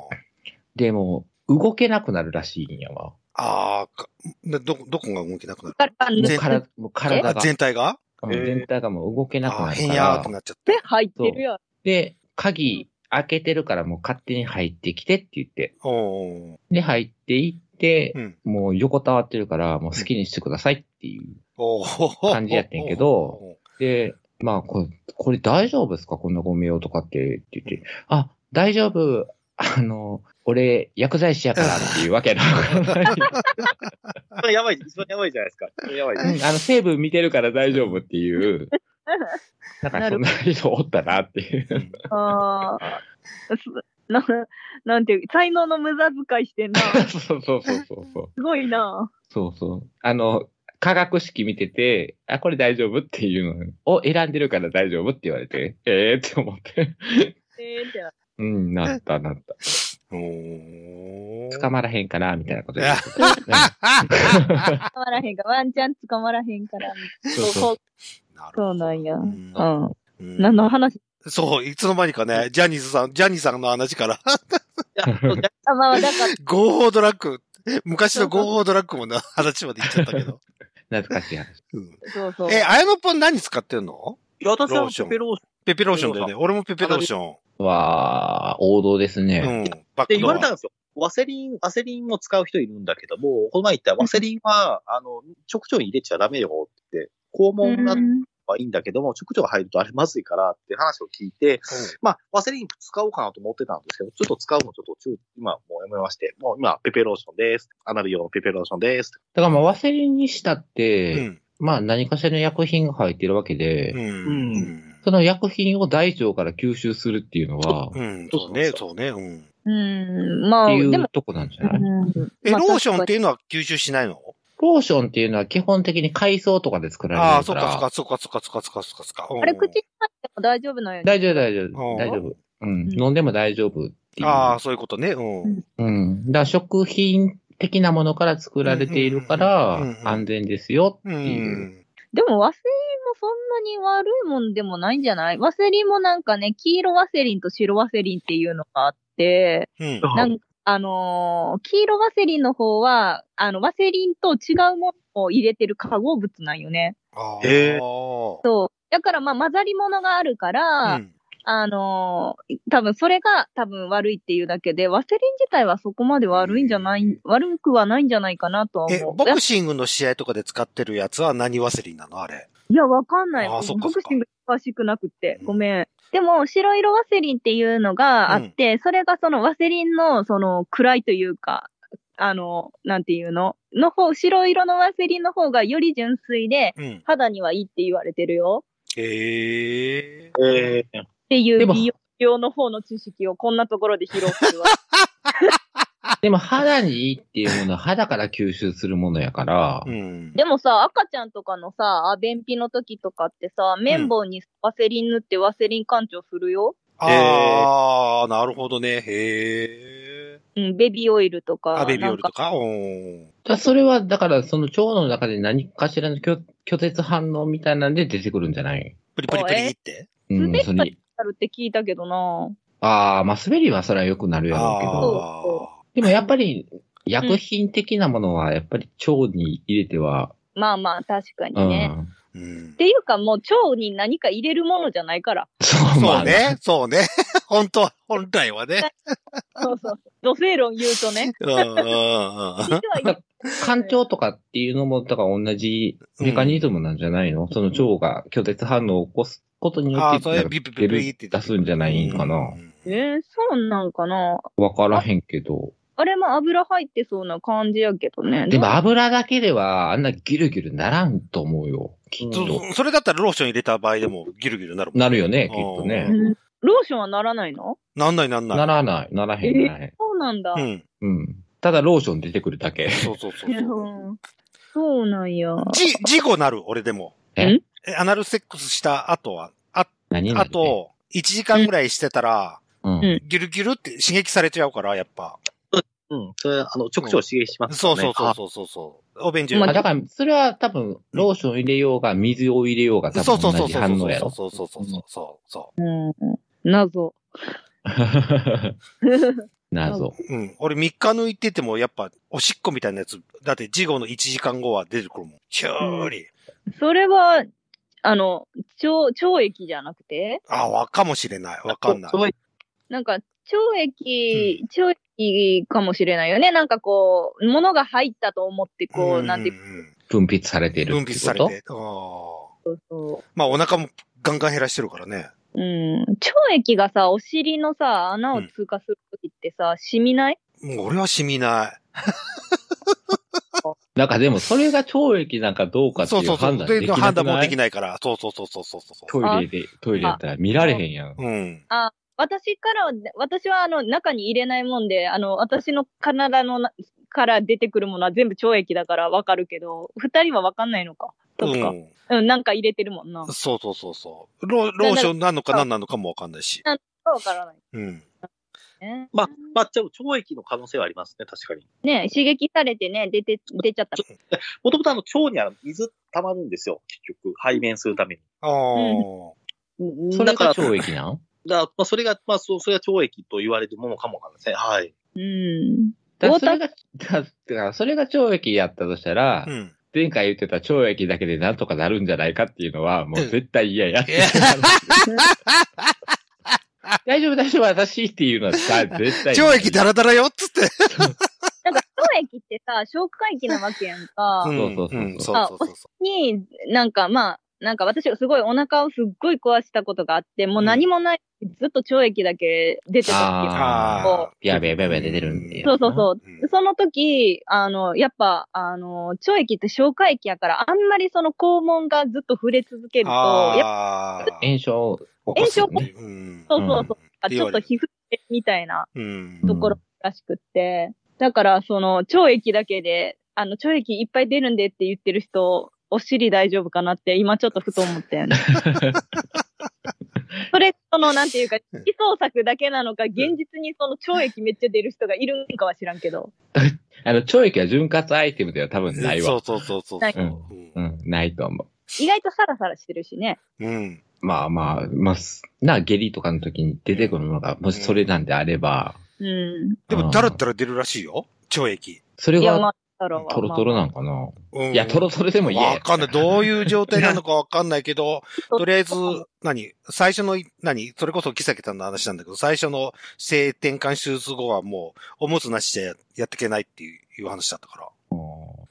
でも、動けなくなるらしいんやわ。
ああ、かなど、どこが動けなくなる
だから、
もう
全
からもう体
あ
が、
全体が
うん
えー
全体がもう動けなく
あ
な
あ、
る
変
か
やーっ
ら
て。なっちゃって。
で入ってるやん。
で、鍵開けてるからもう勝手に入ってきてって言って。
おお
で、入っていって
ー。う、ん。
もう横たわってるから、もう好きにしてくださいっていう。
おお。
感じやってんけど
お
で、まあ、これ、これ大丈夫ですかこんなご名をとかって言って、あ、大丈夫。あの、俺、薬剤師やからっていう わけやな
それやばい、一番やばいじゃないですか。それやばい。
うんあの、成分見てるから大丈夫って いう。なんか、そんな人おったなっていう
ー。うん
ああ。すななんていう、才能の無駄遣いしてんな。す
そうそうそうそうそう。
ごいな。
そうそう。あの、化学式見てて、あ、これ大丈夫っていうのを選んでるから大丈夫って言われて、ええって思って。
えーってな
うん、なったなった。
おー。
捕まらへんかなみたいなこと
い
言
や
ってた
捕まらへんか、ワンチャン捕まらへんから。
そう そう。
なるほど
そうなんや。
う
うん。
ん
何の話
そう、いつの間にかね、ジャニーズさん、ジャニーさんの話から、
いやそうじゃ
あ、まあ、だから、
合法ドラッグ、昔の合法ドラッグもな 話まで行っちゃったけど。
懐かしい話。
うん
そうそう。
え、綾野ぽん何使ってんの
いや私
ロ
は
ーション
ペペローション。
ペペローションだよね。俺もペペローション。
わあ、王道です
う
ね。
ん。バッ
で、
ク
言
ド
わ
ア
れたんですよ。ワセリン、ワセリンも使う人いるんだけども、この前言ったワセリンは、あの、直腸に入れちゃダメよって言って、肛門が
うん
はいいんだけども、直腸が入るとあれまずいからって話を聞いて、まあ、ワセリン使おうかなと思ってたんですけど、ちょっと使うのちょっと中、今もうやめまして、もう今、ペペローションです。アナル用のペペローションです。
だからまあ、ワセリンにしたっ
う
て、
ん。
まあ何かしらの薬品が入ってるわけで、
うん。
その薬品を大腸から吸収するっていうのは、っ
うん。そうね、そうね。うん。
うん、まあ、
て
で
い
も
う、とこなんじゃない、
うん
え、
まあ
ローションっていうのは吸収しないの
ローションっていうのは基本的に海藻とかで作られるから。
ああ、そっかそっかそっかそっかそっかそっかそっか。うん
あれ、口に入っても大丈夫なんやね。
大丈夫、大丈
う
夫。
ん
大丈夫。うん。
うん
飲んでも大丈夫っっていう。
ああ、そういうことね。うん。
うん
うん。だから食品的なものから作られているか
うんうんうんうん
ら、安全ですよって
う
いう。
ん。
でも和製もそんなに悪いもんでもないんじゃないワセリンもなんかね、黄色ワセリンと白ワセリンっていうのがあって、
うん。
あ
なんあのー黄色ワセリンの方は、あの、ワセリンと違うものを入れてる化合物なんよね。
ああ。
へえ
そう。
だからまあ混ざり物があるから、
うん。
あのー多分それが多分悪いっていうだけで、ワセリン自体はそこまで悪いんじゃない、
うん
悪くはないんじゃないかなとは
え
思、う。
ボクシングの試合とかで使ってるやつは何ワセリンなのあれ。
いや、わかんない。
あーそっか
ボ
そっか
クシング詳しくなくて
う。ん
ごめん。でも、白色ワセリンっていうのがあって、それがそのワセリンの、その、暗いというか、あの、なんていうのの方、白色のワセリンの方がより純粋で、
うん。
肌にはいいって言われてるよ。
ええ
えー
ってい
で
う
も
美容用の方の知識をこんなところで披露するわ。
でも肌にいいっていうものは肌から吸収するものやから、
うん。
でもさ、赤ちゃんとかのさ、便秘の時とかってさ、綿棒にワセリン塗ってワセリン干潮するよ。
ああ、なるほどね。へえ。
うん、ベビーオイルとか。
アベビオ
な
イ
ん
ル
か
とかうん。
だそれはだからその腸の中で何かしらの拒拒絶反応みたいなんで出てくるんじゃない
プリプリプリって。
うん、
滑
そ
った
れ
りあるって聞いたけどな
ああ、まあ滑りはそれは良くなるやろうけ
そ
ど、
あ
そ
あ。
でもやっぱり薬品的なものはやっぱり腸に入れては、
まあまあ、確かに
うん、
ね。
うん
っ。ていうか、もう腸に何か入れるものじゃないから。
そう、ま
そう
あね
ね。。そうね。本当は、本来はね。
そうそう。 土星論言うとね。
うんうんうん うん。
実は入れ
環境とかっていうのも、だから同じメカニズムなんじゃないの、その腸が拒絶反応を起こすことによ
あ
っ
あ、
て、
それビビビビって
出すんじゃないのかな
うん
えー、そうなんかな。
わからへんけど。
あれも油入ってそうな感じやけどね。
でも油だけではあんなギルギルならんと思うよ。きっと。
そそれだったらローション入れた場合でもギルギルなるもん。
なるよね、きっと
う
ね。
んローションはならないの
なんないなんな。
ないらない、ならへん、ならへん。
そうなんだ。
うん。
うん。ただローション出てくるだけ。
そうそうそうそう。
うんそうなんや。
じ、事故なる、俺でも。
え
ん
えアナルセックスした後は、あ、
何にな
あ
るね、
と、1時間ぐらいしてたら、
うん
うん
ギュルギュルって刺激されちゃうから、やっぱ。
うん。それ、あの、ちょくちょく刺激しますか
そ
ら
う
ね。
そうそうそうそうそう。お便所
ま
あだから、それは多分、ローション入れようが、水を入れようが、多
そうそう
分
そ
同
う
じ
そう
反応や
そ
ろ
う。そうそうそうそうそうそ
うん謎。
謎。
う。うん。俺3日抜いててもやっぱおしっこみたいなやつ、だって事後の1時間後は出てくるもん。きゅーり。
それは、あの、腸、腸液じゃなくて
あ、わかもしれない。わかんない
そ。うそう
なんか、懲役、懲役かもしれないよね。なんかこう、物が入ったと思って、こう、なんていう
うん
分泌されてる
分
っ
泌
て
さ
こ
れ
と
て。あー
そ
まあお腹もガンガン減らしてるからね。
う。うん。懲液がさ、お尻のさ、穴を通過するときってさ、染みない
もう俺は染みない。
なんかでも、それが腸液なんかどうかって
そう
い
そううそ
判
う。
断
で
できなくない
判断もできないから。そうそうそうそうそうそう。
トイレで、トイレやったら見られへんやん。
うん。
私からは、私はあの、中に入れないもんで、あの、私の体のなから出てくるものは全部懲液だからわかるけど、二人はわかんないのか。
う
とか、
ん。
うん。なんか入れてるもんな。
そうそうそうそう。ロローションなのか何なのかもわかんないし。
わからない。
うん。
ね
まあ、まあ、でも、腸液の可能性はありますね、確かに。
ね刺激されてね、出て、出ちゃった。
もともとあの、腸にあの、水溜まるんですよ、結局。排便するために。
ああ。
うん
それ
だ
が
から、
腸液なん
だからまあ、それが、まあ、そう、それが腸液と言われるものかもわかんないですね。はい。
うん。
だからそ
太田
れが、だだからそれが腸液やったとしたら、
うん。
前回言ってた腸液だけでなんとかなるんじゃないかっていうのは、もう
うん
絶対嫌や。
いや
大丈夫、大丈夫、私っていうのは さ絶対嫌
懲役ダラダラよっつって。
なんか、腸液ってさ、消化液なわけやんか。
んそうそうそう
そうそうそうそ
に、なんかまあ、なんか私がすごいお腹をすっごい壊したことがあって、もう何もない、ずっと腸液だけ出てたっていう
う。
あ
ああ。
やべやべやべ出てるんで。
そうそうそう。
うん。
その時、あの、やっぱ、あの、腸液って消化液やから、あんまりその肛門がずっと触れ続けると、やっ
ああ。
炎症を起こ
炎
す
症
よ
を
ね。
うん。
そうそうそうぱ
うん
ちょっと皮膚炎みたいな
うん。
ところらしくって、だから、その、腸液だけで、あの、腸液いっぱい出るんでって言ってる人、 お尻大丈夫かなって、今ちょっとふと思ったよね。それ、その、なんていうか、偽装作だけなのか、現実にその懲役めっちゃ出る人がいるんかは知らんけど。
あの、懲役は潤滑アイテムでは多分ない
そ
わ
う。そうそうそう。
ない
うん
う。ん、ないと思
意外とサラサラしてるしね。
うん。
う。まあまあ、まあ、すな、下痢とかの時に出てくるのが、もしそれなんであれば、
うん。
で
う
も、
ん
だらだら出るらしいよ。懲役。
それ
いや、ま
が
あ、サラはまあ
トロトロなんかな。
うん
いや、トロトロでもいいや。
わかんない。どういう状態なのかわかんないけ ど、
うん
とりあえず、何最初のい、何それこそキサキさんの話なんだけど、最初の性転換手術後はもう、おむつなしじゃやっていけないっていういう話だったから。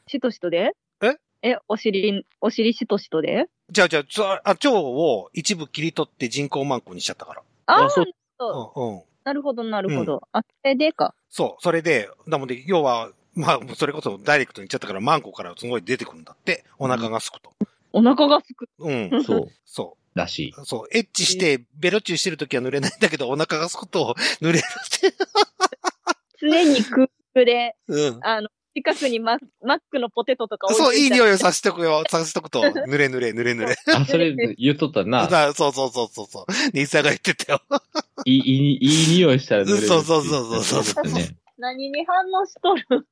シトシトで
え
え、お尻、お尻シトシトで
じゃあじゃあちょ、あ、腸を一部切り取って人工マンコにしちゃったから。
ああ
あ、そう
うんうん。
なるほど、なるほど。あ、それでか。
そう、それで、なので、要は、まあ、それこそダイレクトに言っちゃったから、マンコからすごい出てくるんだって、お腹がすくと。
お腹がすく。
うん、
うんそう、
そ
らしい。
う、そう、エッチして、ベロチューしてるときは濡れないんだけど、お腹がすくと濡れるって。
常に空腹で、
うん。
あの、近くにママックのポテトとか置
そう、いい匂
い
いをさせておくよ。させておくと、濡れ濡れ、濡れ濡れ。
あ、それ言っとった な。
だそうそうそうそうそう。兄さんが言って たよ。
いい、いい、いい匂いしたら濡れるってい
そうそうそうそうそう
だね。
何に反応しと る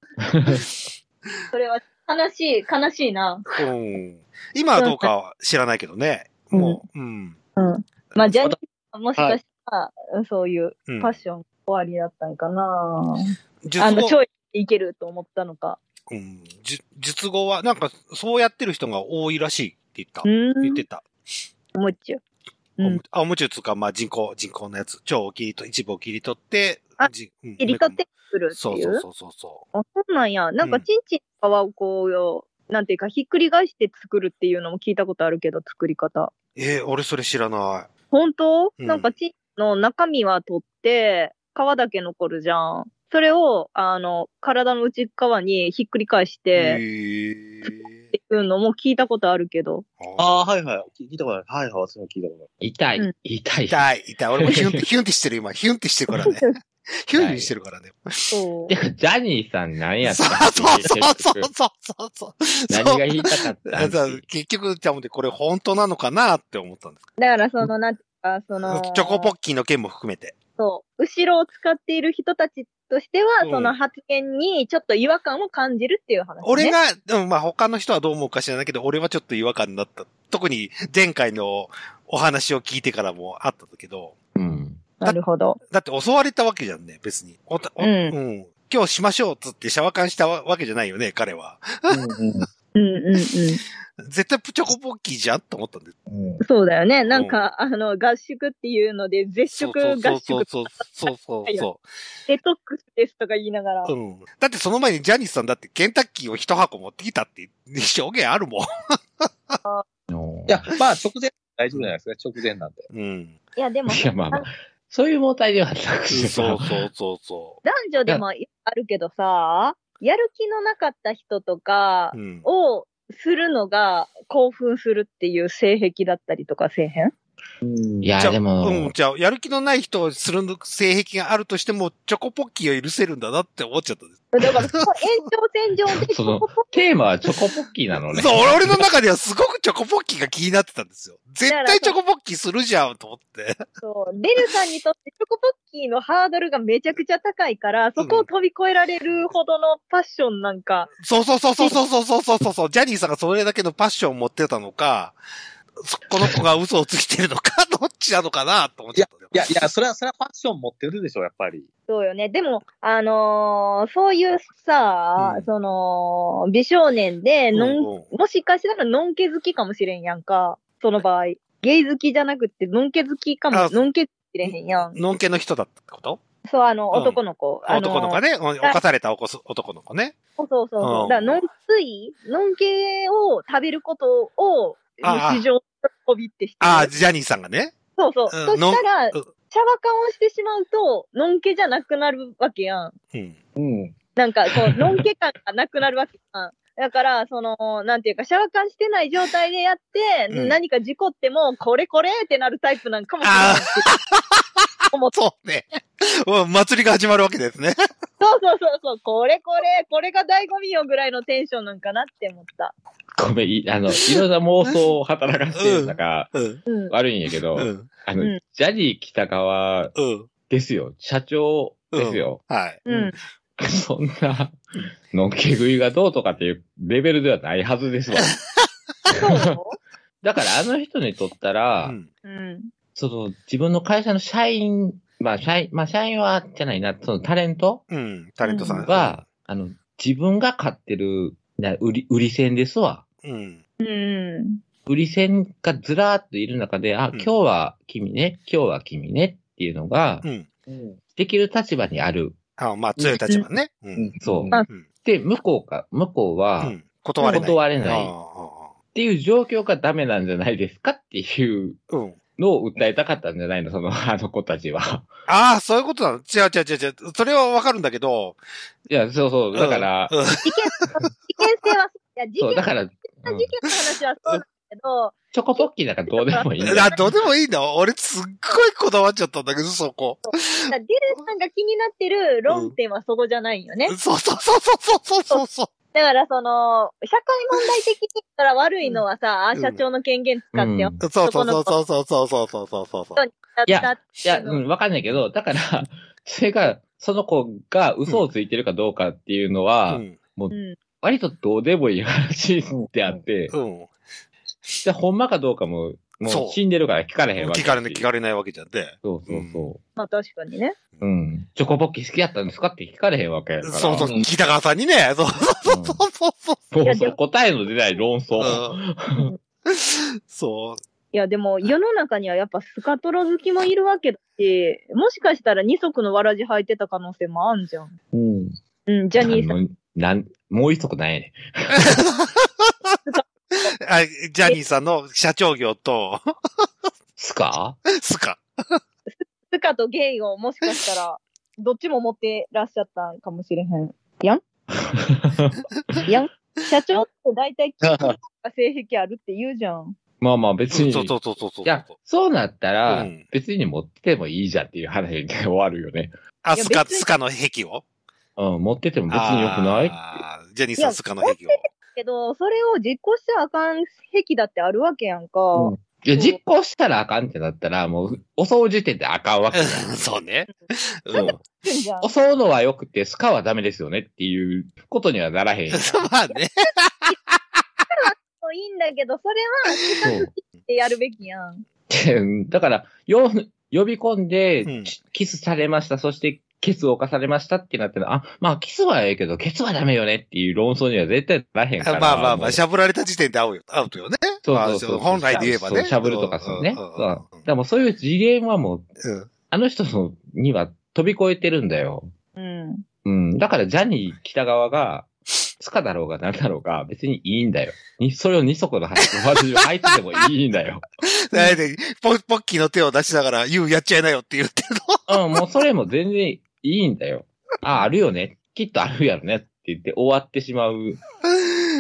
それは悲しい、悲しいな。
うん。今はどうかは知らないけどね。もう、うん。
うん。まあ、ジャニーさんもしかしたら、うんそういう
うん
ファッション終わりだったんかな、
術
あの、
後
超いけると思ったのか。
うん。術術後は、なんか、そうやってる人が多いらしいって言った
う。ー
言っ
ん。
てた。
もっちゅう。う
お
ん
む。あ、おむつつうか、まあ、人工、人工のやつ。腸を切りと、一部を切り取って、
あ
じうん
切り取ってくるって
そう
い
そう
う。
そうそうそ
あ、そうなんや。なん
う
か、
ん
ちんちんの皮をこうよ、なんていうか、ひっくり返して作るっていうのも聞いたことあるけど、作り方。
う。えー、俺それ知らな
本当、
うん
なんか、ちんちんの中身は取って、皮だけ残るじゃん。それを、あの、体の内側にひっくり返し
い。
て、
へ
っ
ー
ていうのも聞いたこと あるけど。
あ
ああ、はいはい。聞いたことない。はいはい、それも聞いたことない。
痛
う
い
ん、
痛い。
痛い、痛い。俺もヒ ュンって、ヒュンってしてる今。ヒュンってしてるからね。ヒュンヒュンしてるからね。
そう
て。か、ジャニーさんなんやった
そう
話
そうそうそう
結局
そうそう。
何が言いたかった
だから結局、じゃあもうねこれ本当なのかなって思ったんです。
だから、その、なんていうか、その、
チョコポッキーの件も含めて。
そう、後ろを使っている人たちとしては、
うん
その発言にちょっと違和感を感じるっていう話、ね。
俺が、うん、まあ他の人はどう思うか知らないけど、俺はちょっと違和感だった。特に前回のお話を聞いてからもあったんだけど、
うん。
なるほど。
だって襲われたわけじゃんね、別に。おたお
うん
うん今日しましょうっつってシャワカンしたわけじゃないよね、彼は。
うんうんうん。
絶対プチョコポッキーじゃんと思ったんです。
そうだよね。なんか、あの、合宿っていうので、絶食合宿、
そうそうそうそうそうそう。
デトックスですとか言いながら。
うん。だってその前にジャニスさんだってケンタッキーを一箱持ってきたって証言あるもん。
い
いや、、まあ、直前、大丈夫じゃないですか。直前なんで。
うん。
いや、でも、
いや、まあまあ、そういう問題ではなくてさ
そうそうそうそ
男女でもあるけどさ、やる気のなかった人とか
う。うん。
をするのが興奮するっていう性癖だったりとかせえへん
うん
い
いや、
じゃ
や、
あ
で
うん、
も、
じゃあ、やる気のない人をする性癖があるとしても、チョコポッキーを許せるんだなって思っちゃったんです。
だ から、その延長線上で、
その、テーマはチョコポッキーなのね。
そう、俺俺の中ではすごくチョコポッキーが気になってたんですよ。絶
だから
対
さ
チョコポッキーするじゃんと思って。
そう、レルさんにとってチョコポッキーのハードルがめちゃくちゃ高いから、そこを飛び越えられるほどのパッションなんか、
そうそうそうそうそうそうそうそうそう。ジャニーさんがそれだけのパッションを持ってたのか、そこの子が嘘をついてるのか、どっちなのかなと思っちゃったんだよ。
いや、いやそれは、それはファッション持ってるでしょ、やっぱり。
そうよね。でも、あのーそういうさ、
うん
その、美少年で、のん、
うんうん
もしかしたらのんけ好きかもしれんやんか、その場合。ゲイ好きじゃなくて、のんけ好きか
あ
も、のんけ好きれへんやん。
のんけの人だったってこと
そう、あの、
うん
男の子。あのー
男の子ね、お犯されたおこす男の子ね。
そうそうそうそうう。
ん
だから、のんつい、のんけを食べることを、
ああ
日常の喜びってしてる。
ああ、ジャニーさんがね。
そうそう。
うん
そした
のん
ら、
うん
茶バカをしてしまうと、のんけじゃなくなるわけやん。
うん。
うん。
なんか、こう、のんけ感がなくなるわけやん。だから、その、なんていうか、シャワカンしてない状態でやって、
うん
何か事故っても、これこれってなるタイプなんかもしれない
あ
し。思って。
そうね。うん祭りが始まるわけですね。
そうそうそうそう、これこれ、これが醍醐味よぐらいのテンションなんかなって思った。
ごめん、い あの、いろんな妄想を働かせてるのが
うん。
うん。
悪いんやけど、
うん。
あの、
うん
ジャニー北川
うん。
ですよ。社長ですよ。
はい。
うん。
そんな、のんけ食いがどうとかっていうレベルではないはずですわ。
そ
だからあの人にとったら、
うん。
ううん。
その自分の会社の社員、まあ社員、まあ社員はじゃないな、そのタレント
うん。タレントさん。
は、あの、自分が買ってる、な売り、売り線ですわ。
うん。
うん。
売り線がずらーっといる中で、あ、
うん
今日は君ね、今日は君ねっていうのが
う、ん。
うん。
できる立場にある。
あまあ、強い立場ね。うん。
そう。
あ
うん。
で、向こうか、向こう
う
は、っ
ん。断れない。
断れな
あ
い
あああ
ていう状況がダメなんじゃないですかっていう
うん。
のを訴えたかったんじゃないのその、 あの子たちは。
ああ、そういうことなの違う違う違う違う。それはわかるんだけど。
いや、そうそう。だから、
うんうん
事件性は、いや、事
そう、
件
だから、うん
事件の話はそうなんだけど、
チョコポッキーなんかどうでもいいんだよ。
あ、どうでもいいんだ。俺すっごいこだわっちゃったんだけど、そこ。
だからデルさんが気になってる論点はそこじゃないよね。
そうそうそうそうそうそうそう。
だからその、社会問題的に言ったら悪いのはさ、あ
うん
社長の権限使ってよ
うん
そうそうそうそうそうそうそうそうそうそうそう。
いや
だった
いや、うん、わかんないけど、だから、それが、その子が嘘をついてるかどうかっていうのは、
うん。
うん
割とどうでもいい話であって、
うん。
で、ほんまかどうかも、
そ
も
う
う死んでるから聞かれへんわ
聞
けやし。
かれない、聞かれないわけじゃんで。
そうそうそ
まあ確かにね。
う。うん。チョコポッキー好きやったんですかって聞かれへんわけやから。
そうそう
う、
北川さんにね、そう
そうそ
そうそうそう。
う。そうそう答えの出ない論争。
うんそう。
いやでも世の中にはやっぱスカトロ好きもいるわけだし、もしかしたら二足のわらじ履いてた可能性もあんじゃん。
うん。
うん、ジャニーさん。
あのなん、もう一足ないねん。
あジャニーさんの社長業と、
スカ
スカ。
スカとゲイをもしかしたら、どっちも持ってらっしゃったんかもしれへん。やんやん社長って大体、性癖あるって言うじゃん。
まあまあ別
そう
に。
そうそうそうそうそう。
いや、そうなったら、
うん
別に持っててもいいじゃんっていう話で終わるよね。
あ、
いや
スカ、
別に
スカの壁を
うん、持ってても別に良くない
あージャニーさんスカの壁を。
けど、それを実行しちゃあかん癖だってあるわけやんか。
うんいや、実行したらあかんってなったら、もう、襲う時点であかんわけ。
そうね。うん。
じゃん
襲うのは良くて、スカはダメですよねっていうことにはなら へん。そ
まあね。
もういいんだけど、それはってやるべきやん。
う。だから、よ、呼び込んで、
うん
キスされました、そして、ケツを犯されましたってなったら、あ、まあ、キスはええけど、ケツはダメよねっていう論争には絶対ならへんから。
まあまあま
も
あ、
う
しゃぶられた時点でアウトよアウトよね。
そうそうそう
まあ本来で言えばね
そうしゃぶるとかそうね。
う
そ
んうんうん
うだからもうそういう次元はもう、
うん。
あの人のには飛び越えてるんだよ。
うん。
うん。だからジャニー北側が、スカだろうが何だろうが別にいいんだよ。に、それを二足の話を入っててもいいんだよ。
だいたいポポッキーの手を出しながら、言うやっちゃいなよって言ってる
うん、もうそれも全然いいんだよ。あ、あるよね。きっとあるやろねって言って終わってしまうっ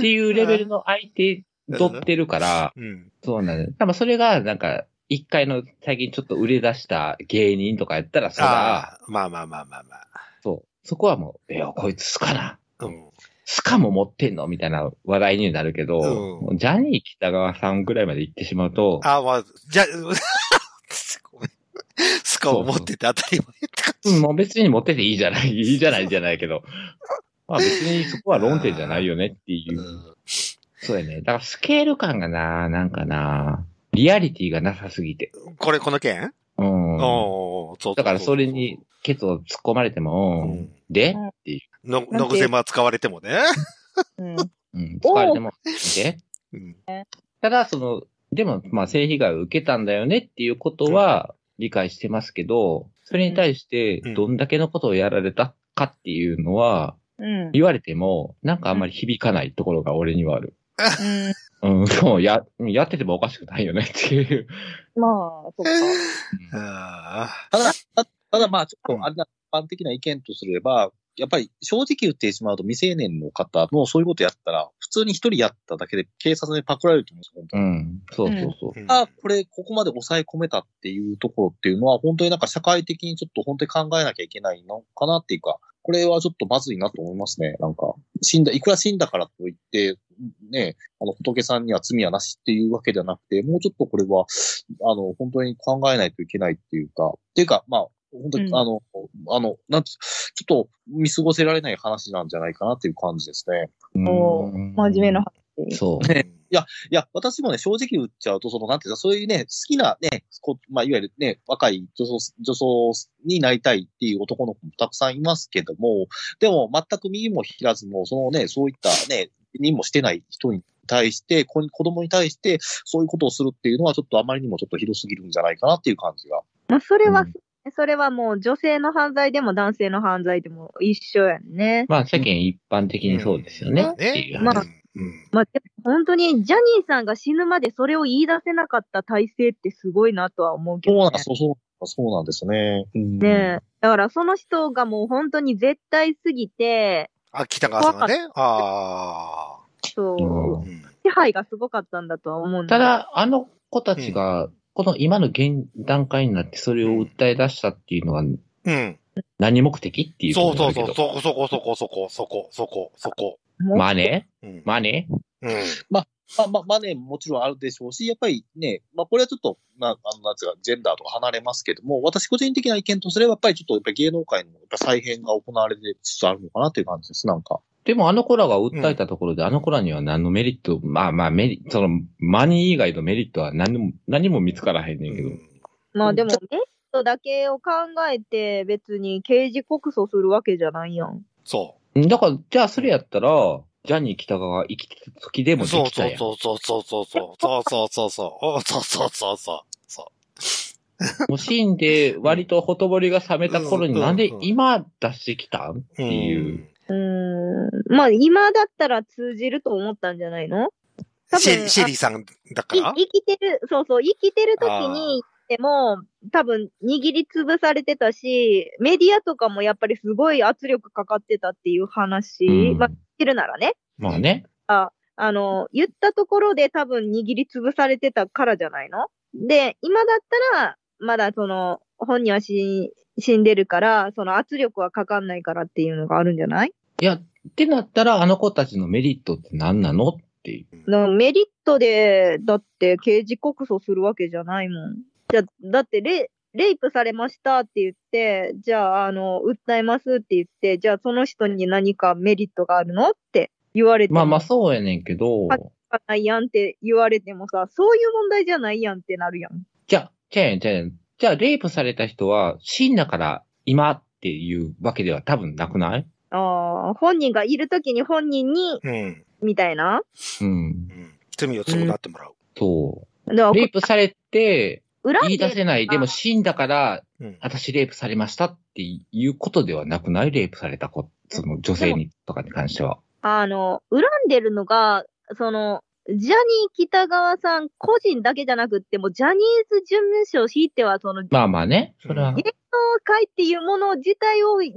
ていうレベルの相手取ってるから、
の。うん。
そうなんだよ。多分それがなんか、一回の最近ちょっと売れ出した芸人とかやったらそら、
ああ、まあまあまあまあま
そう。そこはもう、いや、こいつスカな。
あ。うん。
スカも持ってんのみたいな話題になるけど、
うん
もうジャニー北川さんぐらいまで行ってしまうと、
ああ、まあ、 じゃ、ごめん。スカを持ってて当たり前って感
う
じ
ん。もう別に持ってていいじゃない、いいじゃないじゃないけど、 まあ別にそこは論点じゃないよねっていうう。
ん
そうやね。だからスケール感がな、なんかな、リアリティがなさすぎて。
これ、この件
うん。
おーそう
だからそれに、ケツを突っ込まれて
う
も、
ん
で
うん
っていう。
の、
て
のぐせま使われても ね。
うん。
うん。突っ込まれても、で
うん。
ただ、その、でも、まあ、性被害を受けたんだよねっていうことは理解してますけど、それに対して
うん、
どんだけのことをやられたかっていうのは、
うん。
言われても、なんかあんまり響かないところが俺にはある。
うん
うん、もうや、やっててもおかしくないよねっていう。
まあ、そっか。
あ
ただ、たただまあ、ちょっと、あれな、一般的な意見とすれば、やっぱり正直言ってしまうと未成年の方のそういうことやったら、普通に一人やっただけで警察にパクられると思うんですよ、本当
う
に。
ん。そうそうそう。
うん
あ、これ、ここまで抑え込めたっていうところっていうのは、本当になんか社会的にちょっと本当に考えなきゃいけないのかなっていうか、これはちょっとまずいなと思いますね。なんか、死んだ、いくら死んだからといって、ね、あの、仏さんには罪はなしっていうわけではなくて、もうちょっとこれは、あの、本当に考えないといけないっていうか、っていうか、まあ、本当に、
うん
あの、あの、なんつちょっと見過ごせられない話なんじゃないかなっていう感じですね。
お
うん
真面目な話。
そう。
ねいや、私もね、正直言っちゃうと、その、なんていうか、そういうね、好きなね、こまあ、いわゆるね、若い女装、女装になりたいっていう男の子もたくさんいますけども、でも、全く右も引らずも、そのね、そういったね、にもしてない人に対して、子に子供に対して、そういうことをするっていうのは、ちょっとあまりにもちょっとひどすぎるんじゃないかなっていう感じが。
まあ、それは、
うん
それはもう女性の犯罪でも男性の犯罪でも一緒やんね。
まあ世間一般的にそうですよね。っていう
ま
ま
あ
あ
話。、
うん
まあ、でも本当にジャニーさんが死ぬまでそれを言い出せなかった体制ってすごいなとは思うけ
そう
ど、
なん
ね
です、。そうそう、そうなんですね。うん
ねえだからその人がもう本当に絶対すぎて、
あ、北川さんがね。ああ。
そう
う
うんん
支配がすごかったんだとは思うん
た
だ
だ、あの子たちが、この今の現段階になってそれを訴え出したっていうのは
うん。
何目的っていう
そ
こ
う
と
そ
だ
うそ
けど
う。そこそこそこそこそこそこそこ。
もう
マネ
うん。
マネ
うん。
まあ、まあ、マネーももちろんあるでしょうし、やっぱりね、まあ、これはちょっと、まあ、あの、なんつうか、ジェンダーとか離れますけども、私個人的な意見とすれば、やっぱりちょっと、やっぱり芸能界のやっぱ再編が行われてつつあるのかなという感じです、なんか。
でもあの子らが訴えたところで、あの子らには何のメリット、まあまあメリその、マニー以外のメリットは何も、何も見つからへんねんけど。
まあでもメリットだけを考えて別に刑事告訴するわけじゃないやん。
そ
だから、じゃあそれやったら、ジャニー北川が生きてた時で
う。
もで
そう
きた
そう
やん。
そうそうそうそうそう。そうそうそうそう。おそうそうそうそう。
もう死んで、割とほとぼりが冷めた頃
うん
に、なんで
うん
今出してきたんっていう。
うーん。まあ今だったら通じると思ったんじゃないの多分
シェリシェリーさんだか
い
ら
生きてる、そうそう、生きてる時にでも、多分握りつぶされてたし、メディアとかもやっぱりすごい圧力かかってたっていう話、
うん
まあ、知ってるならね、
まあね。
あの、言ったところで多分握りつぶされてたからじゃないので、今だったら、まだその、本人は死死んでるから、その圧力はかかんないからっていうのがあるんじゃない
いや、ってなったら、あの子たちのメリットって何なのっていう。
だからメリットで、だって刑事告訴するわけじゃないもん。じゃ、だってレ、レイプされましたって言って、じゃあ、あの、訴えますって言って、じゃあその人に何かメリットがあるのって言われても、
まあまあそうやねんけど、
はいないやんって言われてもさ、そういう問題じゃないやんってなるやん。
じゃあ、じゃあやん、じゃあやん。じゃあ、レイプされた人は、死んだから今っていうわけでは多分なくない
ああ、本人がいるときに本人に、
うん。
みたいな。
うん
う。ん。罪を償ってもらう。
そ
だから
う。レイプされて、
裏
言
で
い出せない。でも死んだから、
うん。
私レイプされましたっていうことではなくないレイプされた子、その女性にとかに関しては。
あの、恨んでるのが、その、ジャニー北川さん個人だけじゃなくって、もうジャニーズ事務所ひいては、その、芸
まあまあね。それは。
うん
能界っていうもの自体を、に、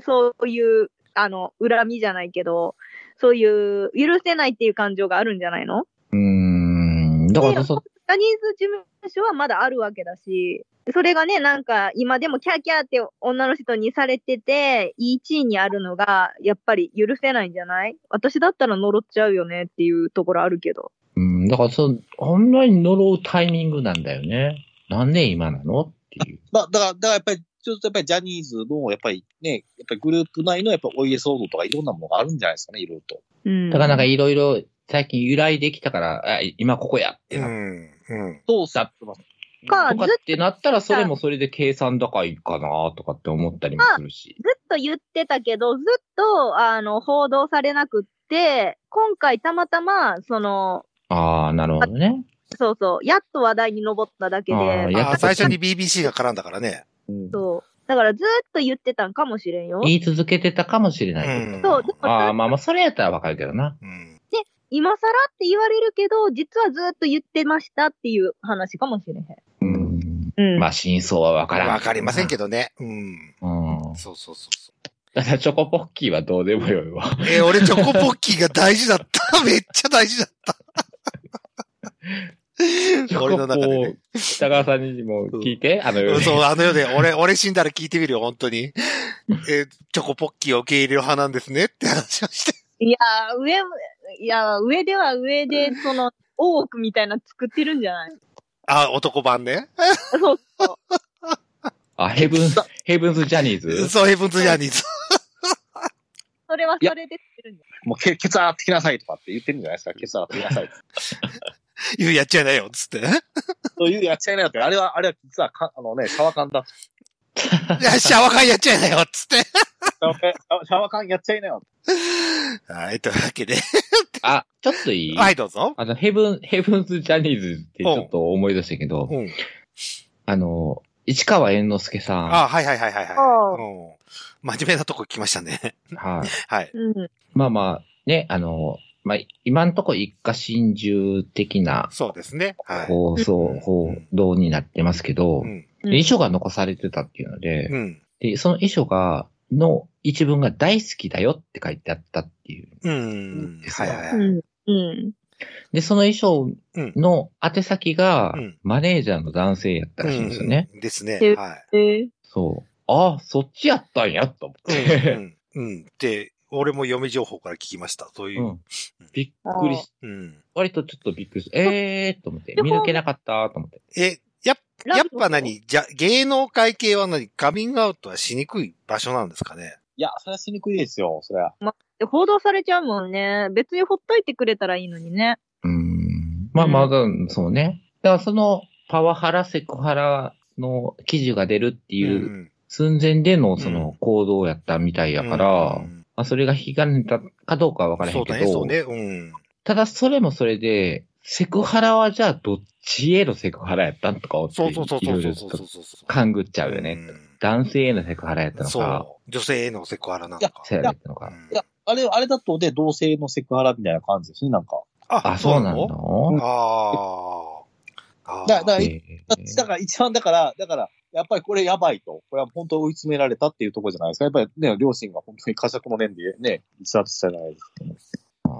そういう、あの、恨みじゃないけど、そういう、許せないっていう感情があるんじゃないの
うーん。だからそ、
ジャニーズ事務所はまだあるわけだし、それがね、なんか、今でもキャーキャーって女の人にされてて、1位にあるのが、やっぱり許せないんじゃない私だったら呪っちゃうよねっていうところあるけど。
うん。だからその、オンライン呪うタイミングなんだよね。なんで今なのっていう。
まあ、だから、だからやっぱり、ちょっとやっぱりジャニーズの、やっぱりね、やっぱりグループ内のやっぱお家騒動とかいろんなものがあるんじゃないですかね、いろいろと。
うん。
だからなんかいろいろ最近由来できたから、あ今ここやってなっ
うん。うん。
そうさってます。
か
とかってなったら、それもそれで計算高いかなとかって思ったりもするし。
ずっと言ってたけど、ずっと、あの、報道されなくって、今回たまたま、その、
ああ、なるほどね。
そうそう、やっと話題に上っただけ
あー
で、
やっ
あ
ぱ
あ、最初に BBC が絡んだからね。
うん
そう。だからずっと言ってたんかもしれんよ。
言い続けてたかもしれ
う
ないけど。
ん。
そう、でも
ああ、まあまあ、それやったらわかるけどな。
うん。
今更って言われるけど、実はずっと言ってましたっていう話かもしれへん。
うん。
うん。
まあ、真相はわからん。
わかりませんけどね。うん。
ど。うん。
そうそうそうそ
ただチョコポッキーはどうでもよいわ。
えー俺チョコポッキーが大事だった。めっちゃ大事だ った。 俺の中でね。
チョコポー北川さんにも聞いて、あの、
うんそう、あの世で、俺、俺死んだら聞いてみるよ、本当に。えーチョコポッキーを受け入れる派なんですねって話をして。
いやー、上、いやー、上では 上で、その、大奥みたいなの作ってるんじゃない
あ、男版ね。
そうそう。
あ、ヘブンズ、ヘブンズジャニーズ。
そう、ヘブンズ・ジャーニー ズ。
それはそれで作ってるんじゃ
もうケ、ケツ洗ってきなさいとかって言ってるんじゃないですか。ケツ洗ってきなさいとか。
いややっちゃいないよ、つって。い
そういうやっちゃいなよって。あれは、あれは実はか、あのね、シャワー缶だ。
や、シャワカンやっちゃいないよ、つって。
シャワー缶、シャワー缶やっちゃいなよ。
はい、というわけで。
あ、ちょっといい
はい、どうぞ。
あの、ヘブン、ヘブンズ・ジャニーズってちょっと思い出したけど、
うん。
あの、市川猿之助さん。
あ、はいはいはいはい、はい。
あ
うん真面目なとこ来ましたね。
はい。
はい。
ないうん。
まあまあ、ね、あの、まあ、今んとこ一家心中的な
そうですね。はい。
放送、
うん
報道になってますけど、
うん。
遺書が残されてたっていうので、
うん。
で、その遺書が、の一文が大好きだよって書いてあったっていう。
うん。はいはいはい。
うん。うん。
で、その遺書の宛先が
うん、
マネージャーの男性やったらしいんですよね。
うん。ですね。
で
はい。
え
そう。ああ、そっちやったんや、と思って。
うん。うん。で、俺も嫁情報から聞きました。そういうう。
ん。びっくりし、
うん。
割とちょっとびっくりした。ええー、と思って。
でも
見抜けなかった、と思って。
え、やっ、
ラ
や
ブ
っぱ何じゃ、芸能界系は何カミングアウトはしにくい場所なんですかね
いや、それはしにくいですよ、それは。
ー、報道されちゃうもんね。別にほっといてくれたらいいのにね。
うーん。まあまあ、そうね。だからその、パワハラ、セクハラの記事が出るっ
う。
ていうん寸前でのそうの行動やったみたいやから、
うん
まあそれが引き金だかどうかはわからへ
そ
ん
うだ
け
ね、そ
ど、
うね。うん。
ただそれもそれで、セクハラはじゃあどっちへのセクハラやったんとかを
そうそうそう
い
そ
ろ
う
い
そ
ろ
う
ち
そ
ょ
うそ
っ
う
と
そうそう。
勘ぐっちゃうよね。男性へのセクハラやった
うん。
のか、
そう。女性へのセクハラなのか。
セクハラやったのか。
いや、あれ、あれだとで、同性のセクハラみたいな感じですね、なんか。
あ、そうなの
あのあー。あー
だだ
え
い
ー
だから一番だから、だから、やっぱりこれやばいと。これは本当追い詰められたっていうところじゃないですか。やっぱりね、両親が本当に過酌の年でね、自殺したじゃないですか。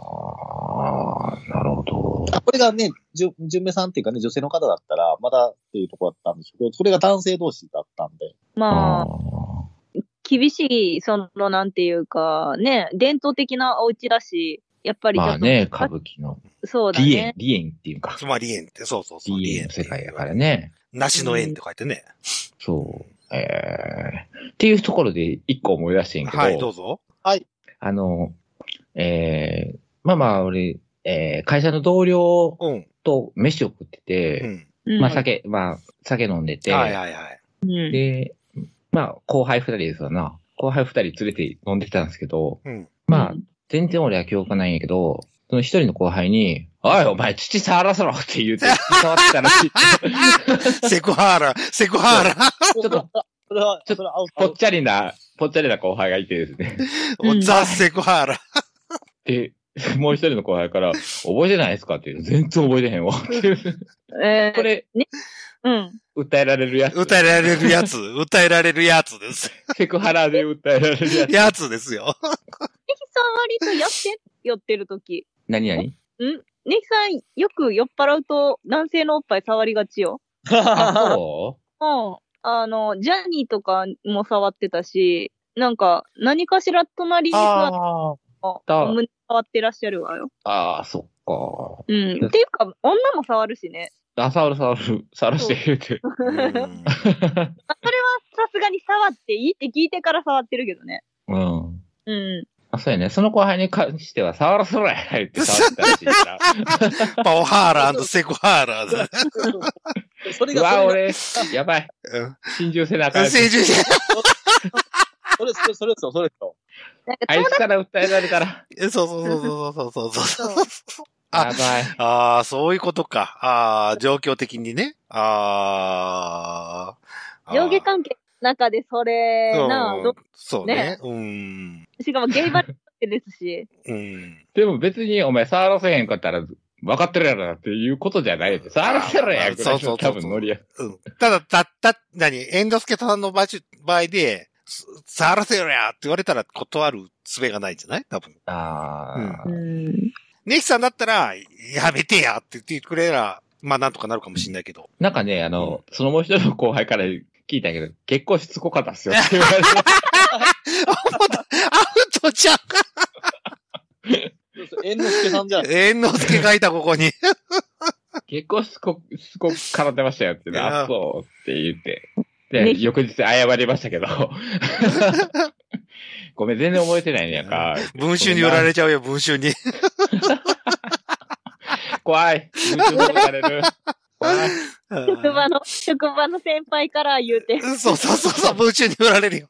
ああ、なるほど。
これがね、じゅ純明さんっていうかね、女性の方だったら、まだっていうところだったんですけど、それが男性同士だったんで。
まあ、
ー
厳しい、その、なんていうか、ね、伝統的なお家だし、やっぱりちょっ
ま
と、
あね、歌舞伎の、
そうだ
リエン
ね、。
リエンっていうか
つ、まり、縁って、そうそうそう。
リエンの世界やから。ね。
梨の縁って書いてね。
そう。えー、っていうところで一個思い出してんけど、
はい、どうぞ。
あの、えー、まあまあ俺、えー、会社の同僚
うん。
と飯を食って
う
て、
ん。
うん
まあ酒、まあ酒飲んでて、
はいはいはい。
うん
で、まあ後輩二人ですわな。後輩二人連れて飲んでたんですけど、
うん。
まあ
うん
全然俺は記憶ないんやけど、その一人の後輩に、おいお前父触らせろって言うて、触ってたらしい。
セクハラ、セクハラ。
ち
ょっと、
それは、
ちょっと
それはアウ
ぽ
ト
っ。ちゃりな、ぽっちゃりな後輩がいてですね。
うん
ザ・セクハラ。
で、もう一人の後輩から、覚えてないですかって言う全然覚えてへんわ。って
えー
これ、
うん。
訴えられるやつ。
歌えられるや つ、歌えられるやつ です。
セクハラで訴えられるやつ。
やつですよ。
ネヒさん割とやって、酔ってる時。
何々
ネヒさん、よく酔っ払うと、男性のおっぱい触りがちよ。
あ、そ
うん。あの、ジャニーとかも触ってたし、なんか、何かしら隣
う
に座って
あ
も
だ
胸触ってらっしゃるわよ。
あー、そっ
うん。っていうか、女も触るしね。
か。あ、触る触る、触らして言うて。
うん
まあ、それはさすがに触っていいって聞いてから触ってるけどね。
うん。
うん。
あ、そうやね。その後輩に関しては、触らせろや言って触ってたらしいから。
パオハーラセクハラだ。
それ
う
が、
わ、
それが
俺、やばい。
うん
心中背中。
成人し
それ、それ、それですよ、それですよ。
なん か
あいつから訴えられた ら、
そうそうそうそうそうそうそう。あ
やばい。
ああ、そういうことか。ああ、状況的にね。ああ。
上下関係の中でそれな
う
あ
ん
ど
そうね。うん。
しかもゲ イバレですし。
うん。
でも別にお前触らせへんかったら、分かってるやろなっていうことじゃないです。触らせろや
そうそうそうそう
多分ノリや。
うんただ、た、た、何、エンドスケさんの場所場合で、触らせろやって言われたら断る術がないんじゃない多分。
ああ、
うん。
ネヒさんだったら、やめてやって言ってくれれば、まあなんとかなるかもしれないけど。
なんかね、あの、そのもう一人の後輩から聞いたけど、結構しつこかったっすよって言われて。
アウトじゃん
猿之助さんじゃん。
猿之助がいた、ここ に。
結構しつこ、しつこく絡んでましたよってね、
いや
あ、そうって言って。
ね
で、翌日謝りましたけど。ごめん、全然覚えてないねやんか。
文集に売られちゃうよ、文集 に。
怖い。夢中にされる。怖い。
職場の、職場の先輩から言うて、
そうそうそうそう、文集に売られるよ。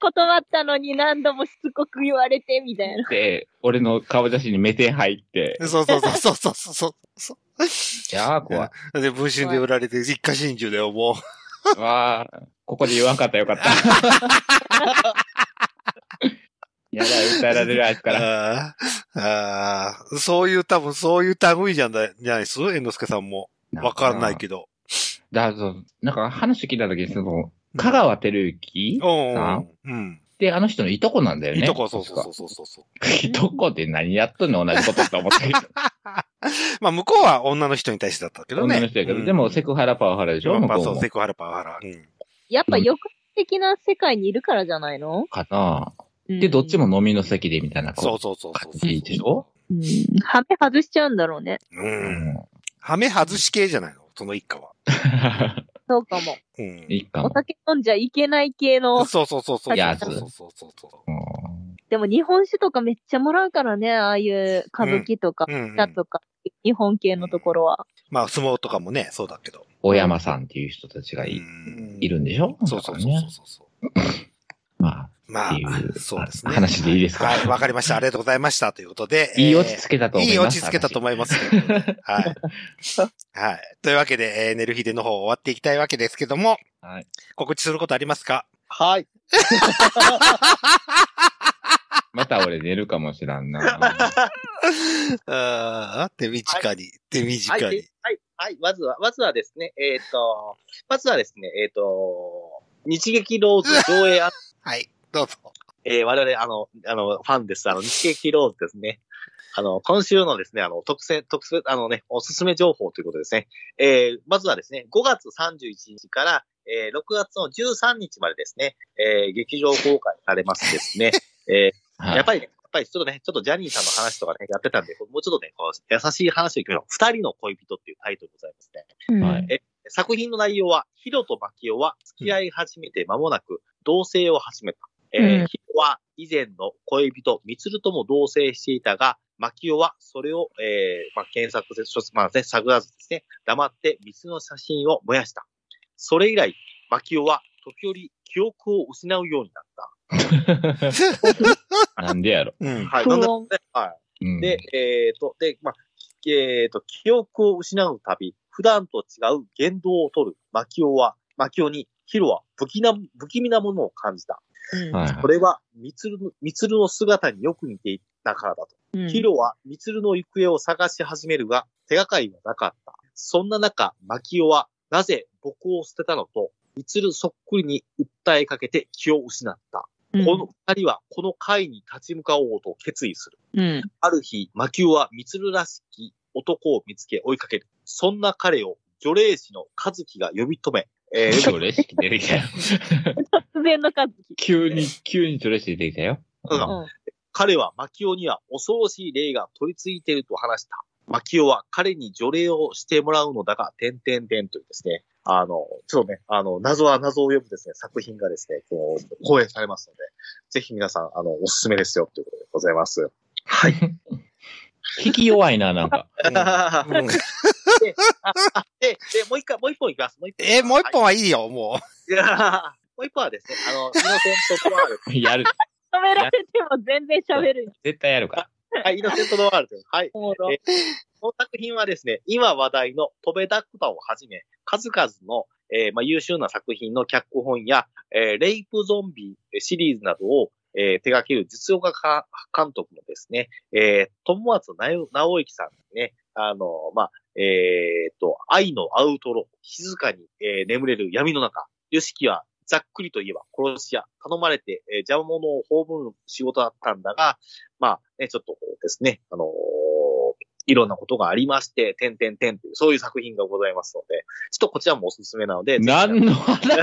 断ったのに何度もしつこく言われて、みたいな。
で、俺の顔写真に目線入って。
そうそうそうそうそうそうそ
いやー怖い。
う。で、文集で売られて、一家心中だよ、もう。
わあ、ここで言わんかったらよ かった。やだ、訴えられるあいつから。
あーあー、そういう多分、そういう類じゃない、じゃないっす猿之助さんも。 わからない
ど。
けど。
だそうなんか話聞いた時に、その、香川照之
うん
さんっ
うん。
てあの人のいとこなんだよ
い
ね。
いとこ、そうそう
確か
そうそうそうそう。
いとこで何やっとんの同じことって思ったけ
まあ、向こうは女の人に対してだったけ
ど。
どね。
女の人やけ
う
ど、
ん
でもセクハラパワハラでしょ向
まあ、
こ
そうう、
も
セ。クハラパワハラ。うん。
やっぱ抑圧的な世界にいるからじゃないの
かなで、どっち。も飲みの席でみたいな
そう
こ
そうそうそう
う感じでしょ
うんうん。はめ外しちゃうんだろうね。
う。
うんん。
はめ外し系じゃないのその一家は。
そうかも。
うん。
いいか
お
も。
酒飲んじゃいけない系の。
そうそうそうそう。
いや
そうそうそうそう。
うん
でも日本酒とかめっちゃもらうからね、ああいう歌舞伎とか、
うんうん
だとか、日本系のところは。
まあ、相撲とかもね、そうだけど。
小山さんっていう人たちが
う
い
ん
いるんでしょ
そうそう
だ
そ
から
う
ね
そうそう。
ま
ま
っ
あ
ていう、
そうです
あ、
ね。
話でいいですか
はい、わかりました。ありがとうございました。ということで。
いい落ち着けたと思います。
いい落ち着けたと思いますけどね。はい。はい。というわけで、えー、寝る日での方終わっていきたいわけですけども、
はい。
告知することありますか
はい。
また俺寝るかもしらん な。
あー手短に、手短
はい。
に。
ではい。はい。まずは、まずはですね、えっ、と、まずはですね、えっ、と、日劇ローズ上映あ、
はい、どうぞ。
えー我々、あの、あの、ファンです。あの、日劇ローズですね。あの、今週のですね、あの、特選、特選、あのね、おすすめ情報ということですね。えーまずはですね、5月31日から、えー6月の13日までですね、えー劇場公開されますですね。えー
はい
やっぱりね、やっぱりちょっとね、ちょっとジャニーさんの話とかね、やってたんで、もうちょっとね、こう優しい話を聞くの、二人の恋人っていうタイトルでございますね。
はい。
作品の内容は、ヒロとマキオは付き合い始めて間もなく、同棲を始めた。え
う
ー
ん
ヒロは以前の恋人、ミツルとも同棲していたが、マキオはそれを、えーまあ、検索せ、まあね、探らずですね、黙ってミツルの写真を燃やした。それ以来、マキオは時折記憶を失うようになった。
なんでやろ。
うん。
はい。
不
なん
穏
で、はい。
うん
で、、えっ、と、で、まあ、きえっ、と、記憶を失うたび、普段と違う言動を取るマキオは、マキオに、ヒロは不気な、不気味なものを感じた。
はい
これは、ミツルの、ミツルの姿によく似ていたからだと。
うん
ヒロは、ミツルの行方を探し始めるが、手がかりはなかった。そんな中、マキオは、なぜ僕を捨てたのと、ミツルそっくりに訴えかけて気を失った。
うん
この二人は、この会に立ち向かおうと決意する。
うん。
ある日、魔球はミツルらしき男を見つけ追いかける。そんな彼を除霊師の和樹が呼び止め、え ー、
ジョレシキ出てきたよ。
突然の数。
急に、急にジョレシキ出てきたよ。
うん
うん
彼はマキオには恐ろしい霊が取り付いていると話した。マキオは彼に除霊をしてもらうのだが、点々点というですね、あの、ちょっとね、あの、謎は謎を呼ぶですね、作品がですね、こう、放映されますので、ぜひ皆さん、あの、おすすめですよ、ということでございます。
はい。引き弱いな、なんか。
で、
うん
で、もう一回、もう一本いきます。もう一本。
えーもう一本はいいよ、も
いやーもう一本はですね、あの、イノセントドワール
やる。
止められても全然喋る。
絶対やる から。
ド。はい、イノセントドワールド。はい。
おもろ
えこの作品はですね、今話題の飛べダクタをはじめ、数々の、えーまあ、優秀な作品の脚本や、えーレイプゾンビシリーズなどを、えー手掛ける実用家か監督のですね、えー、友松直直之さんですね、あの、まあ、えーっと、愛のアウトロー、静かに、えー眠れる闇の中、よしきはざっくりと言えば殺し屋、頼まれて、えー邪魔者を葬る仕事だったんだが、まあ、ね、ちょっとこうですね、あのーいろんなことがありまして、てんてんてんという、そういう作品がございますので、ちょっとこちらもおすすめなので、ぜ
何の話やねん。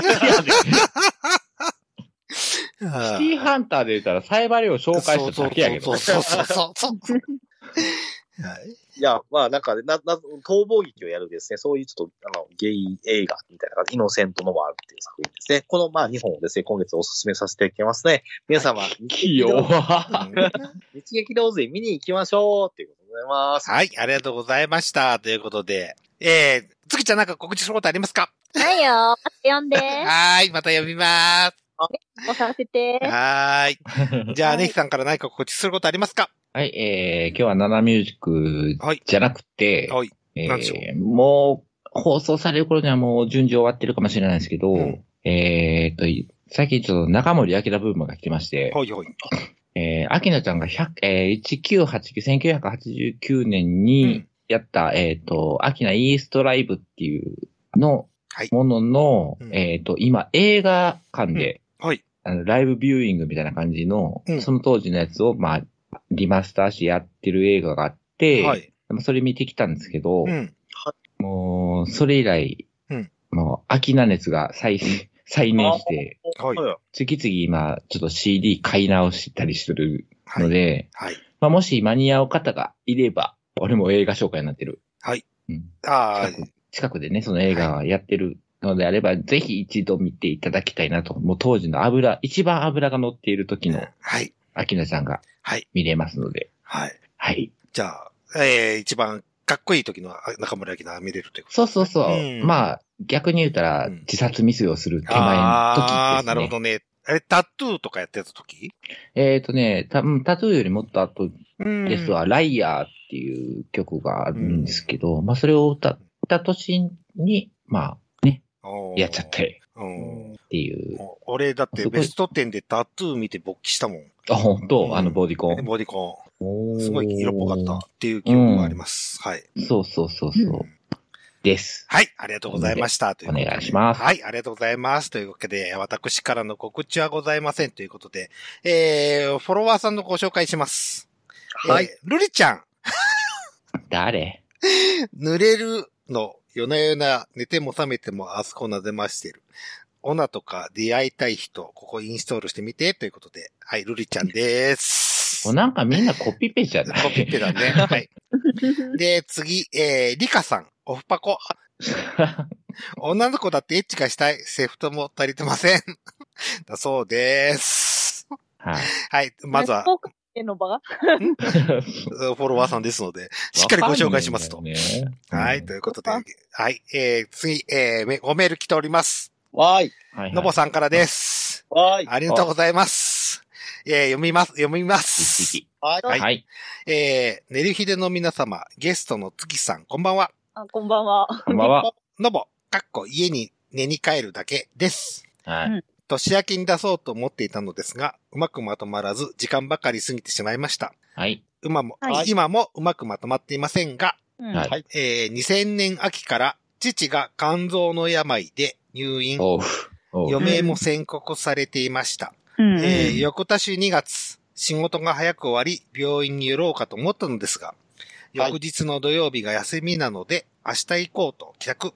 シ
あ
ティーハンターで言ったらサイバリを紹介しただけやけど
そう。そうそうそうそうそう。はい。
ひいや、まあなんかね、な、な、逃亡劇をやるですね、そういうちょっと、あの、ゲイ映画みたいな感じ、イノセントのもあるっていう作品ですね。この、まあ、2本をですね、今月おすすめさせていただきますね。皆様、
器用は。
日劇ローズに見に行きましょうということでございます。
はい、ありがとうございました。ということで、えー、つきちゃんなんか告知することありますか
ないよ。読んで。
はーい、また呼びま
押させて
す。。はーい。じゃあ、
はい
ネヒさんから何か告知することありますか
はい、えー、今日はナナミュージック
はい
じゃなくて、
はい。
え
なんでしょ
ー、もう、放送される頃にはもう順次終わってるかもしれないですけど、
うん
えーと、最近ちょっと中森明菜ブームが来てまして、
ほいほい。
えー、明菜ちゃんが100、えー、1989、1989年
う
に
ん。
やった、えーと、明菜イーストライブっていうの
はい
ものの、
うん
えーと、今映画館で、
はい。
あのライブビューイングみたいな感じの、
うん
その当時のやつを、まあ、リマスターしてやってる映画があって、
はい。
まあそれ見てきたんですけど、
うん。
もう、それ以来、
うん
もう、秋菜熱が再、 再燃して、
はい
次々今、ちょっと CD 買い直したりする
は
の
い。
で、
はい。
まあ、もし間に合う方がいれば、俺も映画紹介になってる。
はい。
うん、
あ
近
ー
く近くでね、その映画をやってるのであれば、ぜひ一度見ていただきたいなと。もう当時の油、一番油が乗っている時の
はい。
秋菜さんが
はい。
見れますので。
はい。
はい。
じゃあ、えー、一番かっこいい時のあ中村明菜見れるということ
そうそうそう。
うん
まあ、逆に言うたら、
うん
自殺未遂をする手前の時です、ね。
ああー、なるほどね。あれ、タトゥーとかやってた時
えっ、とね、たうんタトゥーよりもっと後
うん
ですわ、ライアーっていう曲があるんですけど、まあそれを歌った年に、まあ、やっちゃっ。
おー
て
うん
っていう。
お俺、だってベスト10でタトゥー見て勃起したもん。
あ、本当、
うん
あのボディコン。
ボディコン。す
す
ごい色っぽかったっていう記憶があります。はい。
そうそうそうそう、
うん
です。
はい、ありがとうございました。という
お
ことで
願いします。
はい、ありがとうございます。というわけで、私からの告知はございませんということで、えー、フォロワーさんのご紹介します。
はい
えー。ルリちゃん、
誰
濡れるの、夜な夜な寝ても覚めてもあそこなでましてる。オナとか出会いたい人、ここインストールしてみてということで、はい、ルリちゃんです。
もうなんかみんなコピペじゃない
コピペだね。 はい。で、次、えー、リカさん、オフパコ。女の子だってエッチがしたい。セフトも足りてません。 だそうです。
はい。
はい。まずは、
福岡での場
フォロワーさんですので、 しっかりご紹介します
わ
と
かん。ないんだよね
はい。ということで、はい。えー、次、えーめ、ごメール来ております。
わーい。
はいはい
のぼさんからです。
わーい。
ありがとうございます。えー、読みます。読みます。
はい。
はい
はい。
えー、ねるひでの皆様、ゲストの月さん、こんばんは。
あ、こんばんは。
こんばんは。
のぼ、かっこ家に寝に帰るだけです。
は
うん
い。
年明けに出そうと思っていたのですが、うまくまとまらず、時間ばかり過ぎてしまいました。
はい。
今も、
はい
今もうまくまとまっていませんが、
うん
はい
えー2000年秋から、父が肝臓の病で入院、
おう。おう
余命も宣告されていました。
うん
えー翌年2月、仕事が早く終わり、病院に寄ろうかと思ったのですが、翌日の土曜日が休みなので、明日行こうと帰宅。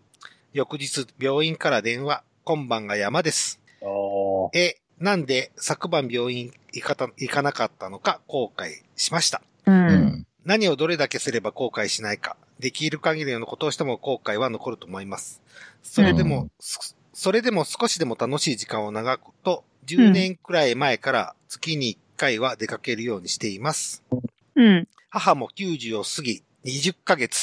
翌日、病院から電話、今晩が山です。
おー
え、なんで昨晩病院行かた行かなかったのか後悔しました。
う。
うんん。
何をどれだけすれば後悔しないか、できる限りのことをしても後悔は残ると思います。それでも、
うん
そそれでも少しでも楽しい時間を長くと、10年くらい前から月に1回は出かけるようにしています。
うん。
母も90を過ぎ、20ヶ月。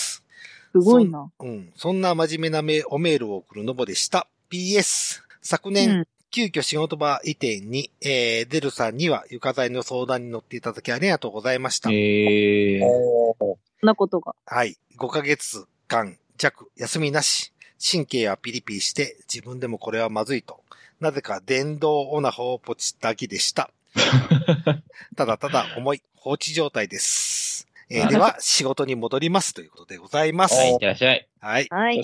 すごいな。
うん、そんな真面目なめおメールを送るのぼでした。PS、昨
う
年、
ん。
急遽仕事場移転に、えー、デルさんには床材の相談に乗っていただきありがとうございました。
えー。
おー
そんなことが。
はい。5ヶ月間弱、休みなし。神経はピリピリして、自分でもこれはまずいと。なぜか電動オナホを ポチった秋でした。ただただ重い放置状態です。えーでは、仕事に戻りますということでございます。
はい、いってらっしゃい。
はい。
はい。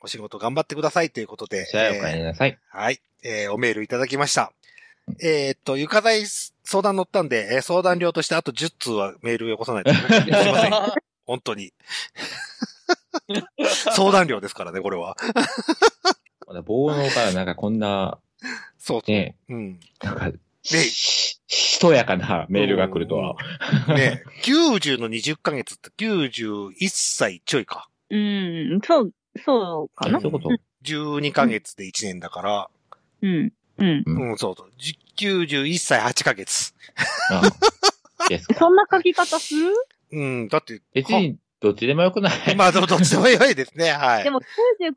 お仕事頑張ってくださいということで。
じゃあ、お帰りなさい。
はい。えーおメールいただきました。えーっと、床材相談乗ったんで、えー相談料としてあと10通はメールをよこさないと。すいません。本当 に。相談料ですからね、これは。
まだ暴能からなんかこんな、
そうそう。
ね、
うん。
なんか、ししとやかなメールが来るとは。
ね90の20ヶ月って91歳ちょいか。
うん、そう、そうか
そうい
な
う。こと
12ヶ月で1年だから。
うん、
う
うん。
ん
うん、そうそう。じ91歳8ヶ月。
ああ ですか
そんな書き方する
うん、だって、
別に、どっちでもよくない。
まあでもどっちでも良いですね、はい。
でも90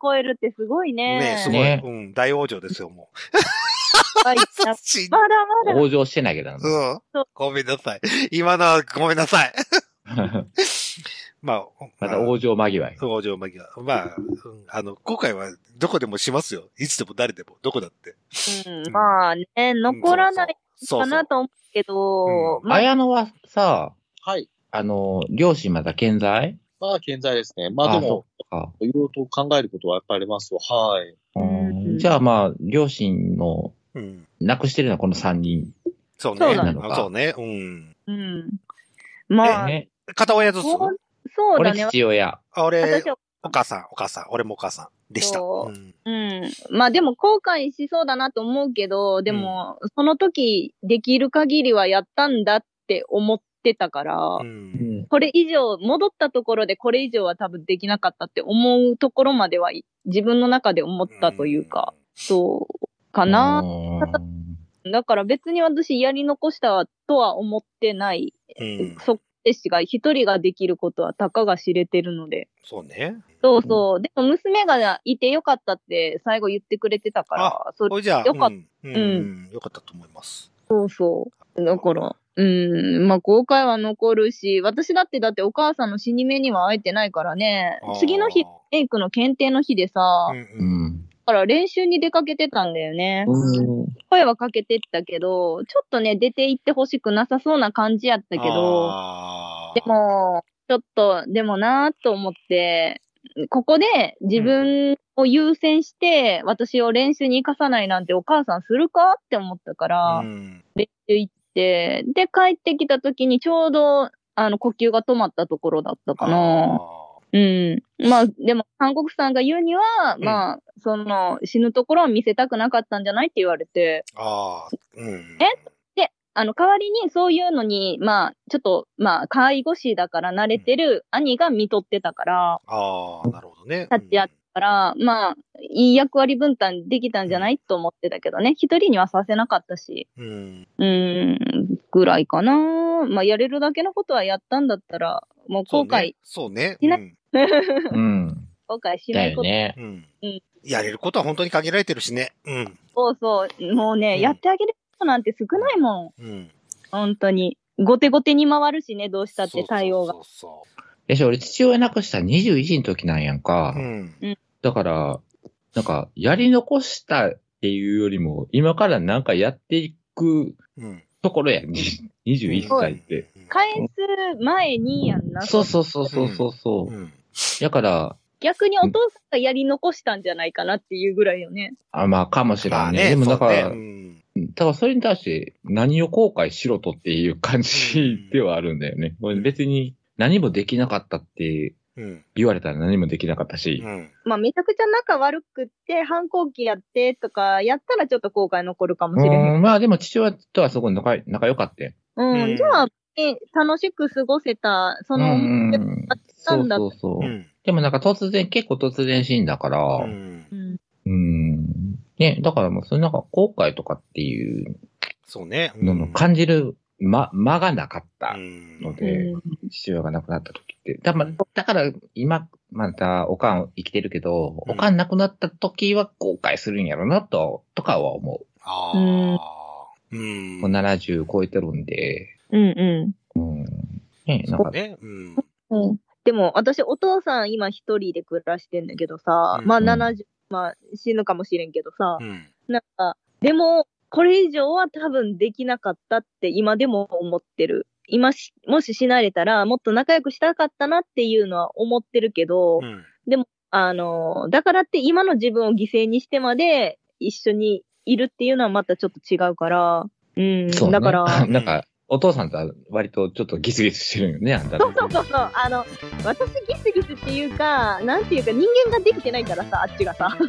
超えるってすごいね。
ねすごい、
ね
うん、大往生ですよ、もう。
はいやっ
しん
ぱまだまだ。
往生してないけどな。
うん
そう。
ごめんなさい。今のはごめんなさい。まあ、
また往生間際に。
往生間際。まあ、うんあの、今回はどこでもしますよ。いつでも誰でも、どこだって。
うん、まあね、残らない
そう
か
そう。
なと思うけど、
う
まあ、
綾野はさ、
はい。
あの、両親まだ健在
まあ、健在ですね。まあ、でも、、
そっか。
いろいろと考えることはやっぱりありますよ。はい。
うん
うんじゃあまあ、両親の、
うん。
亡くしてるのはこの3人。
そうね。
そうな
のか
そうね。うん。
うん。まあ、
ね。
片親ずつ
そうそうだ
俺
ね。
父親。
あ俺
私、は
お母さん、お母さん、俺もお母さんでした。う
そう
ん
うん。まあでも後悔しそうだなと思うけど、でも、その時できる限りはやったんだって思ってたから、
うん。
これ以上、戻ったところでこれ以上は多分できなかったって思うところまではい自分の中で思ったというか、そうかな。
うん
だから別に私やり残したとは思ってない。
うん。うん。
そこですが、一人ができることはたかが知れてるので。
そうね。
そうそう。でも娘がいてよかったって最後言ってくれてたから、それ
これじゃあ、
よかっ
うんうん。よかったと思います。
そうそう。だから、うん、まあ、後悔は残るし、私だってだってお母さんの死に目には会えてないからね
あー、
次の日、メイクの検定の日でさ、
うん
だ
う。
うんん。
から練習に出かけてたんだよね。
うん
声はかけてったけど、ちょっとね、出て行ってほしくなさそうな感じやったけど、
あー
で、も、ちょっと、でもなーと思って、ここで自分を優先して、私を練習に生かさないなんてお母さんするかって思ったから、
うん。
行って、で、帰ってきた時にちょうど、あの、呼吸が止まったところだったかな。うん。まあ、でも、韓国さんが言うには、
ん
まあ、その、死ぬところを見せたくなかったんじゃないって言われて、
あーうん。
えあの、代わりにそういうのに、まあ、ちょっと、まあ、介護士だから慣れてる兄が見とってたから、
ああ、なるほどね。
立ち会っだから、まあ、いい役割分担できたんじゃないと思ってたけどね、一人にはさせなかったし。
うん。
うーん、ぐらいかな。まあ、やれるだけのことはやったんだったら、もう
そう
後
ね
悔、。
そうね。
しな
うん
うん。
後悔しな
だ
い
よ
こと。
ね。
うん
うん。
やれることは本当に限られてるしね。うん。
そうそう。もうね、
うん
やってあげることなんて少ないもん。
うん。
本当に。後手後手に回るしね、どうしたっ
そう
て
そう
対応が。
そうそ
でしょ、俺父親亡くした21の時なんやんか。
う。うん。
だから、なんか、やり残したっていうよりも、今からなんかやっていく
うん。
ところ やん。21歳って。
うん。
返す前にやんな。
そうそうそうそうそうそうう。
ん。
だから、
逆にお父さんがやり残したんじゃないかなっていうぐらいよね。
あまあ、かもしれ
ま
な
あ
いね。でも、だか
そう
ら、
ねうん
ただそれに対して何を後悔しろとっていう感じではあるんだよね。
ん
別に何もできなかったって
うん。
言われたら何もできなかったし
う。ん。
まあ、めちゃくちゃ仲悪くって、反抗期やってとか、やったらちょっと後悔残るかもしれへん
うん、まあでも父親とはすごい仲仲良かったよ。
う
うん
ん、じゃあ、え楽しく過ごせた、その、
うんう
うんた
そ
ん
う
だ
そうそうう。
ん。
でもなんか突然、結構突然死んだから、
う。
うん
ん
ん。ね、だからもうそのなんか後悔とかっていう
そうね。うん
のの感じる間、間がなかった
うん
ので、父親が亡くなった時って。だ,、ま、だから今、またおかん生きてるけど、
うん
おかん亡くなった時は後悔するんやろなと、とかは思う。
ああ。うん。
もう70超えてるんで、
うん
うん。ね、な
そ
ん
う
か、
ね。うん。
うん。でも、私、お父さん今一人で暮らしてんだけどさ、
うん
まあ
うん
70、まあ死ぬかもしれんけどさ、
うん。
なんか、でも、これ以上は多分できなかったって今でも思ってる。今し、もし死なれたら、もっと仲良くしたかったなっていうのは思ってるけど、
うん。
あの、だからって今の自分を犠牲にしてまで一緒にいるっていうのはまたちょっと違うから、うん、
そうね
だから、
ん
なんか、お父さんとは割とちょっとギスギスしてるよね、あんた。
そうそうそうそう、あの、私ギスギスっていうか、なんていうか人間ができてないからさ、あっちがさ。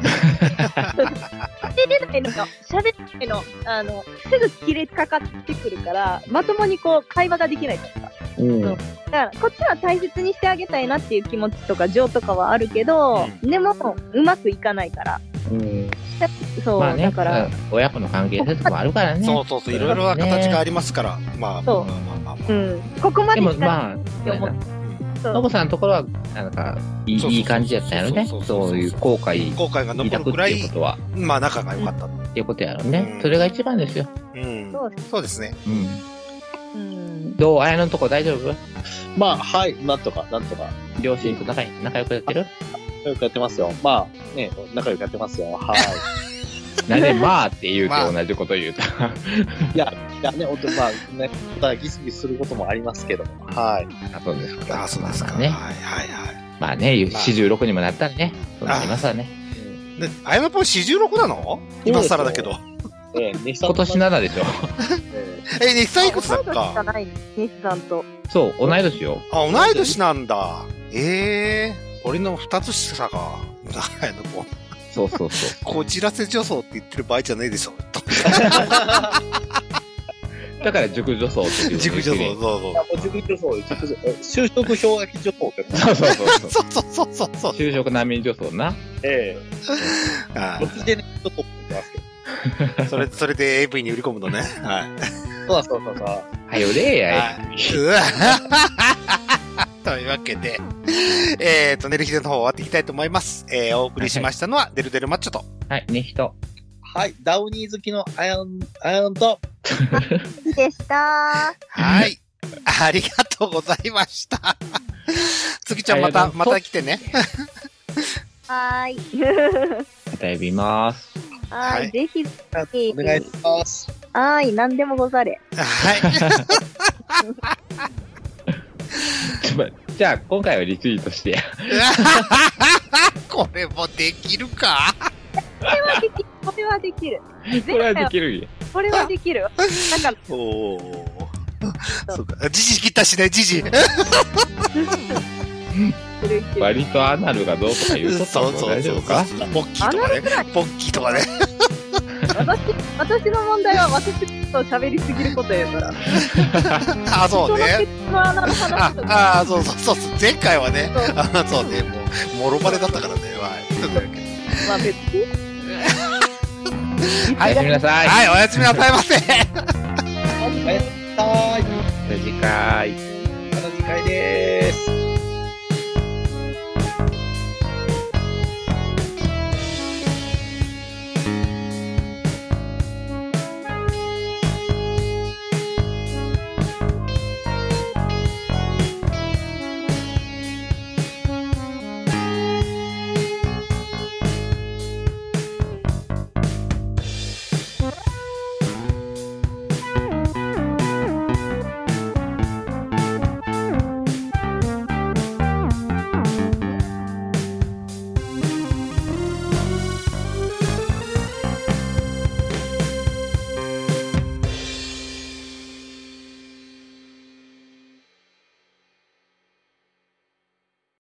喋れないのよ、喋れないの、あの、すぐ切れかかってくるから、まともにこう会話ができないからさ。
うん
う。だからこっちは大切にしてあげたいなっていう気持ちとか情とかはあるけど、でもうまくいかないから。
うん。
そう、
まあね、
だから。
うん親子の関係性とかもあるからね。
そうそうそう、いろいろな形がありますから、まあ、ま
そ
あ
う
まあまあまあ。
うん、ここま
で
で
も
来たら
まあ、
って思ったそう
ノボさんのところは、なんか、いい
そうそうそう
いい感じやったよね。
そうそうそうそう
そういう後悔
後悔が残
抱く
る
っ
く
て
ら
いう
い
こ、とは、
まあ仲が良かった。
っていうことやろ
う
ね
ん。
それが一番ですよ。
うん
そう。
そうですね。
うん。
うん、
どう綾野のとこ大丈夫
まあ、はい、なんとか、なんとか、
両親と仲い仲良くやってる
仲良くやってますよ。まあ、ね、仲良くやってますよ。はい。
なんで、まあって言う
ま
と
あ
同じこと 言うた。
いや、いやね、本当にまあ、ね、まあギスギスすることもありますけども、はい。
あ、そうです
ああ、そうですか。はい
ね。
はいはい。
まあね、46にもなったらね、そうなりますわね。
で、あやのぽん46なの今更だけど。
えー、西さん
今
と
年7でしょ。
えー
え、ネキさんいくつだっ
同い年じゃ
たあ、
ない西さんと。
そう、同い年よ。
同い年なんだ。ええ俺の二つ下か。あやのぽん。
そうそうそ う。
こじらせ女装って言ってる場合じゃないで しょ。
だから熟女層っていう。
熟女装、
層。
そう
いやもう塾女装、塾女装、え就職氷河期女装ってやつね
そうそうそう
そ
そ
う。そうそうそうそう
う。。就職難民女層な。
え
あ
え
あ
僕でね、ちょっと思ってますけど。
それ、それで AV に売り込むのね。はい。
そうそうそうそう。
はよれや。
うわ というわけで、えっ、と、寝る日での方終わっていきたいと思います。えーお送りしましたのは、デルデルマッチョと。
はい、ね、人。
はい、ダウニー好きのアヤン、アヤンと、
でした。
はい。ありがとうございました。つきちゃんま
あ
た、
りが
ま
とう
た来てね。
はーい。
また呼びます。
は
は
ーい、
い
ぜひ、
お願いします。
はーい、何でもござれ。
はい。
ちょまじゃあ、今回はリツイートして。
これもできるか
これはできる。これはできる。
これはできるよ。
これはできる。なんか、
おお。そうか。じじ切ったしね、じじ。
するけど
割とアナルがどうとか言うとった
そ
も
うそう
大
そう。
丈夫
ポ
か
ッキーとかね。ポッキーとかね。
私、私の問題は私と喋りすぎることやから。
あ、そうね。
人の穴の
あ
話とか。
あーそうそうそうそう前回はね
そう
あそうねもうもろバレだったからねはいというわけで
まあ別に。
おやすみなさい。
はいおやすみなさいませ
はい、また
次回。
次回です。